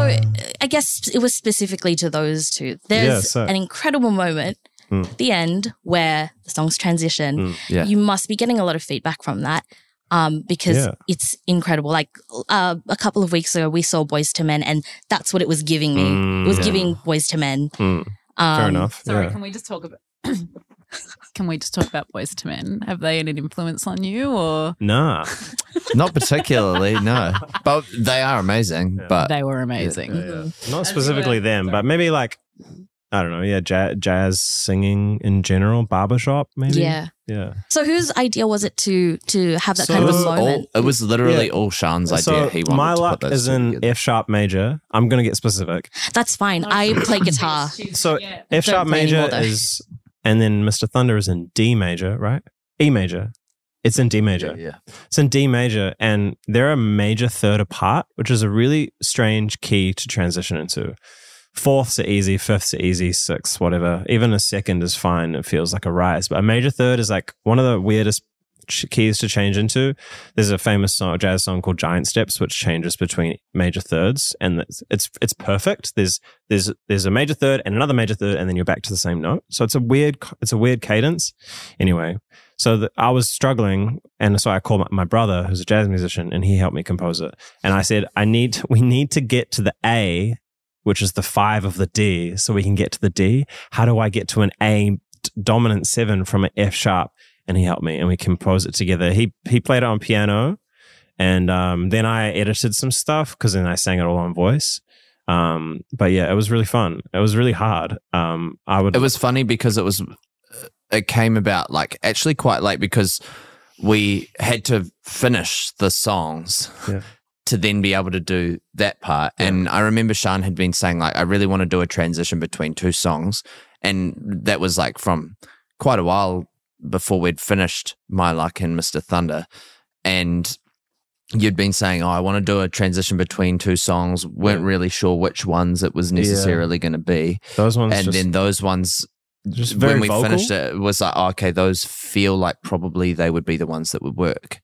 E: I guess it was specifically to those two. There's
B: Mm. Yeah, so-
E: an incredible moment,
B: Mm.
E: at the end where the songs transition.
B: Mm.
C: Yeah.
E: You must be getting a lot of feedback from that. Um, because
B: Yeah.
E: it's incredible. Like uh, a couple of weeks ago, we saw Boys to Men, and that's what it was giving me. it was
B: Mm.
E: giving Boys to Men.
B: Mm.
E: Um,
B: Fair enough.
D: Sorry,
B: yeah.
D: can we just talk about? [clears throat] Can we just talk about boys to men? Have they had an influence on you, or
B: Nah.
C: Not particularly, no. But they are amazing.
B: Uh,
C: But
D: they were amazing?
B: Not specifically them, but maybe like I don't know. Yeah, jazz, jazz singing in general, barbershop maybe.
E: Yeah.
B: Yeah.
E: So whose idea was it to to have that
B: So-
E: kind
C: it
E: of a
C: was all
E: moment?
C: it was literally
B: Yeah.
C: all Sean's idea.
B: so
C: he wanted
B: my
C: to
B: luck
C: put those
B: is
C: two
B: in
C: together.
B: F sharp major. I'm gonna get specific.
E: That's fine. I
B: [laughs]
D: [laughs]
E: play guitar.
B: So F sharp
E: play
B: major
E: anymore, though.
B: is, and then Mr. Thunder is in D major, right? E major. It's in D major.
C: Yeah, yeah.
B: It's in D major, and they're a major third apart, which is a really strange key to transition into. Fourths are easy, fifths are easy, sixths, whatever. Even a second is fine. It feels like a rise. But a major third is like one of the weirdest ch- keys to change into. There's a famous song, jazz song called Giant Steps, which changes between major thirds, and it's it's, it's perfect. There's there's there's a major third and another major third, and then you're back to the same note. So it's a weird c- it's a weird cadence. Anyway, so the, I was struggling, and so I called my, my brother, who's a jazz musician, and he helped me compose it. And I said, I need we need to get to the A, which is the five of the D, so we can get to the D. How do I get to an A d- dominant seven from an F sharp? And he helped me, and we composed it together. He he played it on piano, and um, then I edited some stuff because then I sang it all on voice. Um, but yeah, it was really fun. It was really hard. Um, I would.
C: It was funny because it was uh, it came about like actually quite late because we had to finish the songs
B: Yeah.
C: to then be able to do that part. And I remember Sean had been saying like I really want to do a transition between two songs, and that was like from quite a while before we'd finished My Luck and Mr. Thunder, and. You'd been saying, "Oh, I want to do a transition between two songs." weren't
B: Yeah.
C: really sure which ones it was
B: Yeah.
C: necessarily going to be,
B: those ones
C: and
B: just,
C: then those ones
B: just very
C: when we
B: vocal.
C: finished it, it was like oh, okay those feel like probably they would be the ones that would work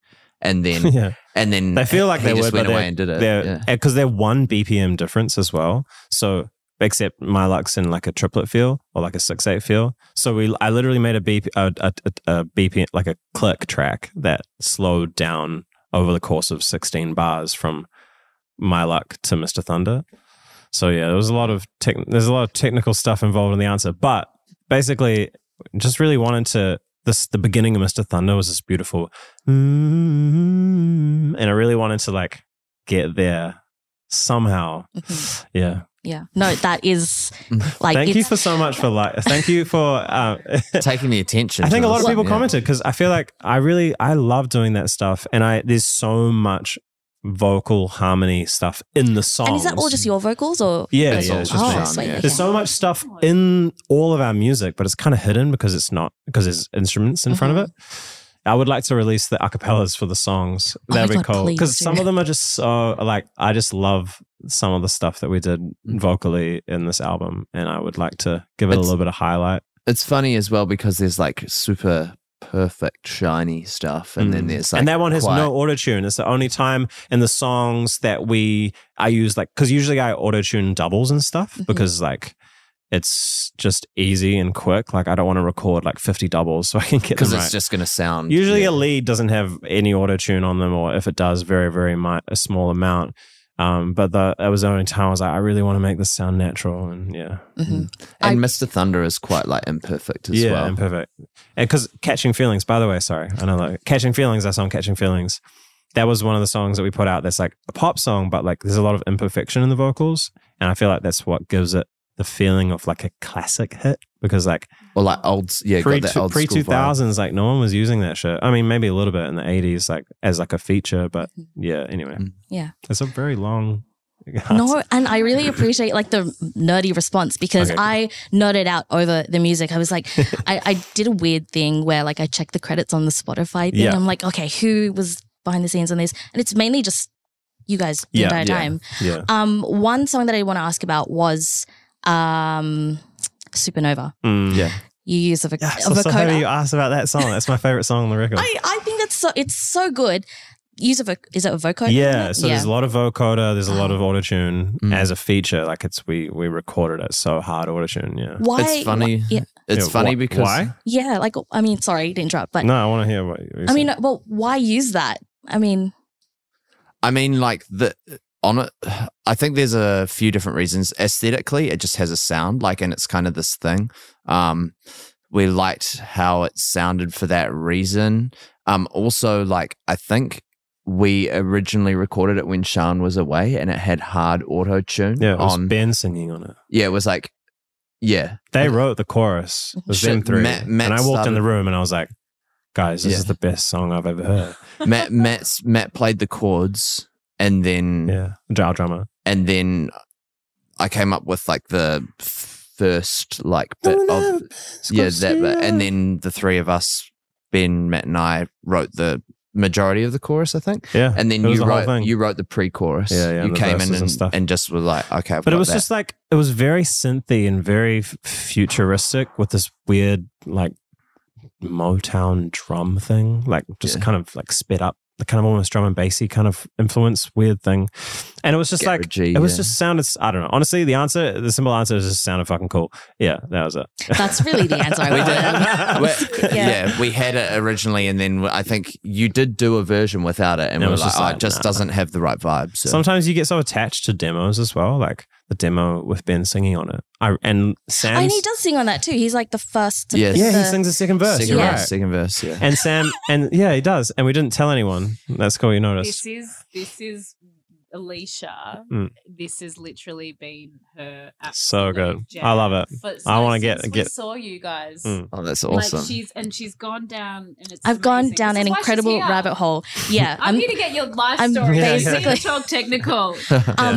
B: [laughs]
C: and [laughs] then
B: yeah.
C: and then
B: They feel like
C: he
B: they would,
C: just went
B: but
C: away
B: they're-
C: and did it
B: they're [laughs]
C: yeah.
B: because they're one BPM difference as well. So except my lux in like a triplet feel or like a six eight feel. So we I literally made a BP a, a, a, a BPM like a click track that slowed down over the course of sixteen bars from my luck to Mr Thunder. So yeah, there was a lot of tech, there's a lot of technical stuff involved in the answer, but basically just really wanted to this the beginning of Mr Thunder was this beautiful mm-hmm, mm, and I really wanted to like get there somehow. yeah.
E: Yeah. No, that is Mm-hmm. like
B: Mm. thank
E: it's,
B: you for so much for
E: [laughs]
B: like. Thank you for. Uh,
C: Taking the attention.
B: [laughs] I think
C: to
B: a lot of
C: this,
B: people
C: yeah.
B: commented because I feel like I really I love doing that stuff, and I there's so much vocal harmony stuff in the song.
E: and is that all just your vocals or
B: Yeah,
C: That's
B: yeah,
C: all
B: it's
E: oh,
B: just
C: Sean,
E: sweet.
C: yeah.
E: okay.
B: There's so much stuff in all of our music, but it's kind of hidden because it's not because there's instruments in front of
E: Mm-hmm.
B: it. I would like to release the acapellas for the songs.
E: Oh my
B: That'd be
E: God,
B: cool
E: please
B: because
E: do.
B: some of them are just so like I just love some of the stuff that we did vocally in this album, and I would like to give it a
C: It's-
B: little bit of highlight.
C: It's funny as well because there's like super perfect shiny stuff, and then
B: Mm.
C: there's like
B: and that one has
C: quite-
B: no auto tune. It's the only time in the songs that we I use like because usually I auto tune doubles and stuff
C: Mm-hmm.
E: Mhm.
B: because like it's just easy and quick. Like I don't want to record like fifty doubles so I can get them
C: because
B: right.
C: it's just going to sound
B: usually
C: yeah.
B: a lead doesn't have any auto tune on them, or if it does, very very mi- a small amount. Um, but the, that was the only time I was like, I really want to make this sound natural, and yeah,
E: Mhm.
C: and Mr. Thunder is quite like imperfect as
B: yeah,
C: well.
B: and perfect. And because Catching Feelings, by the way, sorry, I know like Catching Feelings, that song Catching Feelings, that was one of the songs that we put out that's like a pop song, but like there's a lot of imperfection in the vocals. And I feel like that's what gives it the feeling of like a classic hit because like
C: or like old yeah,
B: pre
C: got that old
B: pre
C: school vibe.
B: 2000s, like no one was using that shit. I mean, maybe a little bit in the 80s, like as like a feature, but yeah, anyway.
C: Mm.
E: Mm-hmm. Yeah.
B: It's a very long. [laughs]
E: No, and I really appreciate like the nerdy response because
B: Okay.
E: I nerded out over the music. I was like, I, I did a weird thing where like I checked the credits on the Spotify thing.
B: Yeah.
E: I'm like, okay, who was behind the scenes on this? And it's mainly just you guys the
B: Yeah,
E: entire
B: yeah.
E: time.
B: Yeah.
E: Um, one song that I want to ask about was um, Supernova.
B: Mm.
C: Yeah.
E: You use of a,
B: Yeah,
E: of
B: so,
E: a
B: so happy you asked about that song. That's my favorite song on the record.
E: I, I think that's so it's so good. Use of a is it a vocoder?
B: Yeah, so
E: yeah. Oh.
B: there's a lot of vocoder, there's a lot of autotune
C: Mm.
B: as a feature. Like it's we we recorded it so hard autotune, yeah.
E: why?
C: It's funny.
E: yeah.
C: It's
B: Yeah,
C: funny
B: wh-
C: because
B: why?
E: Yeah, like I mean, sorry to interrupt, but
B: No, I want to hear what you
E: I
B: said.
E: mean, uh, well, why use that? I mean,
C: I mean, like the on it. I think there's a few different reasons. Aesthetically, it just has a sound, like, and it's kind of this thing. Um, we liked how it sounded for that reason. Um, also, like, I think we originally recorded it when Sean was away, and it had hard auto tune.
B: yeah, it was
C: on
B: Ben singing on it.
C: yeah, it was like, yeah,
B: They wrote the chorus. It was them
C: Shit,
B: three.
C: Matt- Matt
B: and I walked in
C: started-
B: the room and I was like, guys, this
C: Yeah.
B: is the best song I've ever heard.
C: Matt Matt's, Matt played the chords, and then
B: Yeah, Jail drummer.
C: and then I came up with like the first like
E: Oh,
C: bit of yeah that bit, and then the three of us, Ben, Matt, and I wrote the majority of the chorus, I think,
B: Yeah,
C: and then
B: it was
C: you
B: the whole
C: wrote
B: thing.
C: you wrote the pre-chorus.
B: Yeah, yeah,
C: you
B: the
C: came
B: verses
C: in
B: and
C: and, and,
B: stuff.
C: just was like, okay, I've
B: but it
C: got
B: was
C: that.
B: just like it was very synthy and very f- futuristic with this weird like Motown drum thing, like just
C: Yeah.
B: kind of like sped up, the kind of almost drum and bassy kind of influence, weird thing. And it was just like
C: Garagey,
B: it was
C: yeah. [laughs]
B: just sounded. I don't know. Honestly, the answer, the simple answer is just sounded fucking cool. Yeah, that was it.
E: that's really the
B: [laughs]
E: answer I
C: We
E: wanted.
C: We're-
E: [laughs] Yeah.
C: yeah. we had it originally, and then I think you did do a version without it, and
B: It
C: we were
B: was
C: like,
B: just
C: oh,
B: like,
C: it just
B: nah.
C: doesn't have the right vibe. So.
B: Sometimes you get so attached to demos as well, like the demo with Ben singing on it. I and Sam.
E: Oh, and he does sing on that too. He's like the first. To
C: Yes.
B: Yeah, he
E: the-
B: sings the second verse.
C: Second
B: you're
E: Yeah.
C: verse,
B: right.
C: second verse, yeah.
B: And Sam, and yeah, he does. And we didn't tell anyone. That's cool. You noticed.
D: This is this is Alicia.
B: Mm.
D: This has literally been her.
B: So
D: absolute
B: good.
D: jam.
B: I love it.
D: But
B: I wanna get-
D: since we
B: get-
D: saw you guys.
B: Mm.
C: Oh, that's awesome.
D: Like she's and she's gone down. And it's
E: I've gone
D: amazing.
E: down
D: This
E: an
D: is why she's
E: incredible
D: here.
E: rabbit hole.
D: [laughs]
E: Yeah.
D: I'm,
E: um,
D: here to get your life
E: I'm
D: story.
B: Yeah,
D: Basically,
E: basically-
D: talk technical.
E: Um,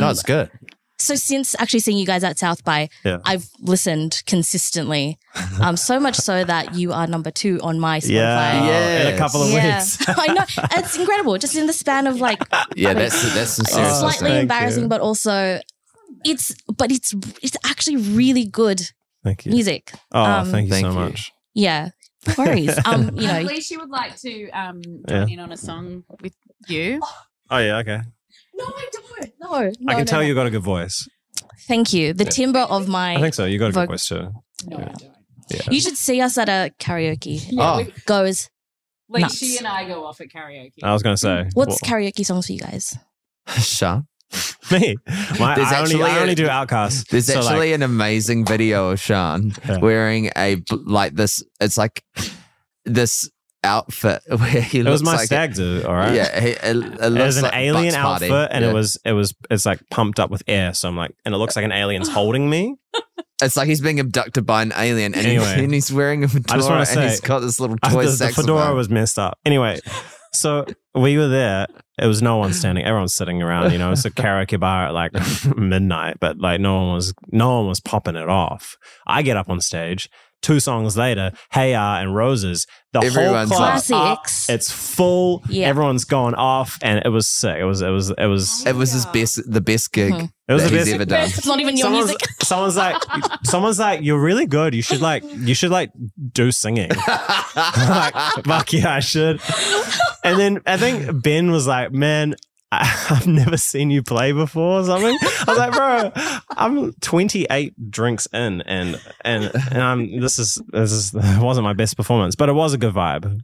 C: [laughs] no, it's good.
E: so since actually seeing you guys at South by,
B: Yeah.
E: I've listened consistently. Um, so much so that you are number two on my Spotify.
B: Yeah,
C: Yes.
B: in a couple of
E: Yeah.
B: weeks.
E: [laughs] I know. It's incredible. Just in the span of like
C: Yeah, that's that's some serious
E: it's
B: Oh,
C: stuff.
E: [laughs] Uh, slightly
B: thank
E: embarrassing,
B: you.
E: but also it's but it's it's actually really good
B: Thank you.
E: music.
B: Oh,
E: Um,
B: thank you
C: Thank
B: so
C: you. [laughs]
B: much.
E: Yeah. No
B: [laughs]
E: worries. Um, [laughs] you know.
D: Hopefully, she would like to um, join
B: Yeah.
D: in on a song with you.
B: Oh yeah, okay.
E: No, I don't. No. no
B: I can
E: no,
B: tell
E: no.
B: you got a good voice.
E: Thank you. The timbre of my.
B: I think so. You got a
E: Voc-
B: good voice too.
D: No,
B: Yeah. Ah.
D: I don't.
E: You should see us at a karaoke.
D: Yeah,
C: Oh.
D: we-
E: Goes.
D: like
E: Nuts.
D: she and I go off at karaoke.
B: I was gonna say.
E: What's
B: well,
E: karaoke songs for you guys?
C: Sean,
B: [laughs] me? My,
C: There's
B: I, only, I
C: actually a-
B: only do Outcast.
C: there's
B: so
C: actually
B: like,
C: an amazing video of Sean
B: Yeah.
C: wearing a bl- like this. It's like this outfit [laughs] where he
B: It
C: looks
B: was my
C: like
B: stag do. All right.
C: Yeah, he, it, it
B: It
C: looks
B: was an
C: like
B: alien
C: Bugs Party.
B: outfit, and
C: Yeah.
B: it was it was it's like pumped up with air. So I'm like, and it looks like an alien's holding me.
C: It's like he's being abducted by an alien, and,
B: Anyway.
C: and he's wearing a fedora,
B: wanna
C: and
B: say,
C: he's got this little
B: I,
C: toy
B: the, the
C: saxophone.
B: fedora was messed up. Anyway, so we were there. It was no one standing. Everyone's sitting around. You know, it's a karaoke bar at like [laughs] midnight, but like no one was no one was popping it off. I get up on stage. Two songs later, Hey Ah and Roses. The
C: Everyone's
B: whole club's up.
E: Classics.
B: It's full.
E: Yeah.
B: Everyone's gone off, and it was sick. It was it was it was
C: it was his best, the best
B: [laughs]
C: gig
E: Mhm.
B: it was
C: that
B: the
C: he's
B: best.
C: ever done.
E: It's not even your
B: someone's,
E: music.
B: someone's like someone's like you're really good you should like you should like do singing like fuck yeah i should and then i think ben was like man I- I've never seen you play before or something. I was like, bro, I'm 28 drinks in and and and I'm this is this is it wasn't my best performance, but it was a good vibe.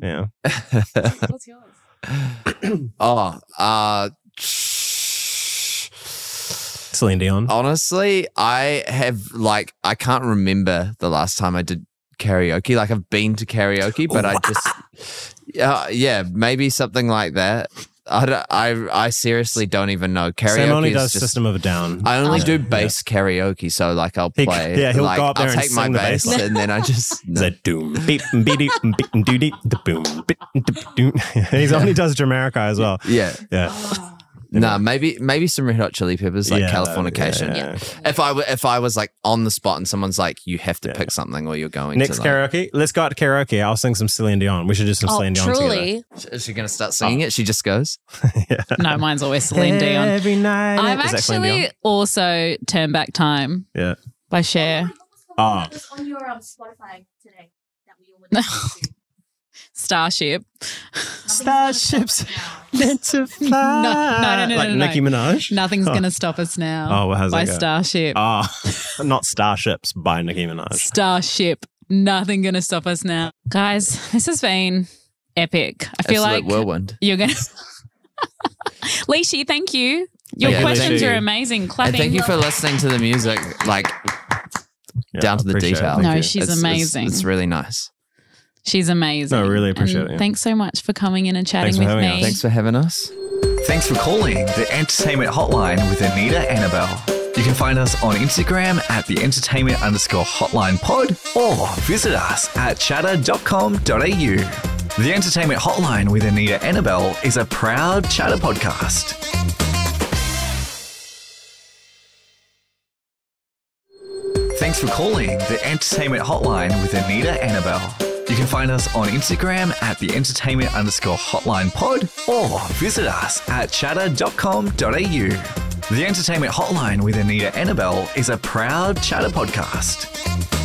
B: Yeah.
D: [laughs] What's yours?
C: [laughs] oh, uh,
B: Celine
C: Oh,
B: Dion.
C: honestly, I have like I can't remember the last time I did karaoke. Like I've been to karaoke, but I just yeah, yeah, maybe something like that. I don't, I I seriously don't even know karaoke.
B: Sam only
C: is
B: does
C: just-
B: System of a Down.
C: I only
B: Yeah.
C: do
B: Yeah.
C: bass karaoke, so like I'll
B: He-
C: play.
B: yeah, he'll go
C: like,
B: up there
C: I'll
B: and
C: take my
B: sing the bass
C: bass,
B: line.
C: and then
B: [laughs]
C: I just no.
B: The doom beep beep beep doo dee the boom beep doop, [laughs] doom. He only does Jamaica as well.
C: yeah,
B: Yeah,
C: nah, maybe maybe some Red Hot Chili Peppers like
B: Yeah,
C: Californication.
B: yeah, yeah.
C: If I w- if I was like on the spot and someone's like, you have to
B: Yeah.
C: pick something or you're going
B: Next
C: to like,
B: karaoke. Let's go out to karaoke. I'll sing some Celine Dion. We should do some
E: Oh,
B: Celine Dion together.
E: truly.
C: is she gonna start singing it? She just goes.
D: No, mine's always Celine Dion.
B: Every night.
D: I'm
B: Is that Celine Dion?
D: actually also Turn Back Time
B: Yeah.
D: by Cher.
B: Oh.
E: on your um, Spotify today. That we all
D: listening Starship.
B: Starships meant to fly.
D: [laughs] no, no, no,
B: like
D: no, no.
B: Nicki Minaj.
D: Nothing's
B: Oh.
D: going to stop us now.
B: [laughs] Oh, well, how's
D: by
B: that go?
D: Starship.
B: Oh, [laughs] not Starships by Nicki Minaj.
D: Starship. Nothing going to stop us now. Guys, this has been epic. I feel
C: Absolute
D: like
C: whirlwind.
D: you're going to. Leishi, thank you. Your
C: Yeah,
D: questions
B: Leishi.
D: are amazing. Clapping.
C: And thank you for listening to the music, like
B: Yeah,
C: down to the
B: appreciate it.
C: detail.
B: Thank
D: No,
B: you.
D: she's
C: It's- it's-
D: amazing.
C: It's, really nice.
D: She's amazing.
B: No, I really appreciate
D: And
B: it, yeah.
D: Thanks so much for coming in and chatting
B: Thanks for
D: with
B: having
D: me.
B: us.
C: Thanks for having us.
A: Thanks for calling the Entertainment Hotline with Anita Annabelle. You can find us on Instagram at the entertainment underscore hotline pod or visit us at chatter.com.au. The Entertainment Hotline with Anita Annabelle is a proud chatter podcast. Thanks for calling the Entertainment Hotline with Anita Annabelle. You can find us on Instagram at the entertainment underscore hotline pod or visit us at chatter.com.au. The Entertainment Hotline with Anita Annabelle is a proud chatter podcast.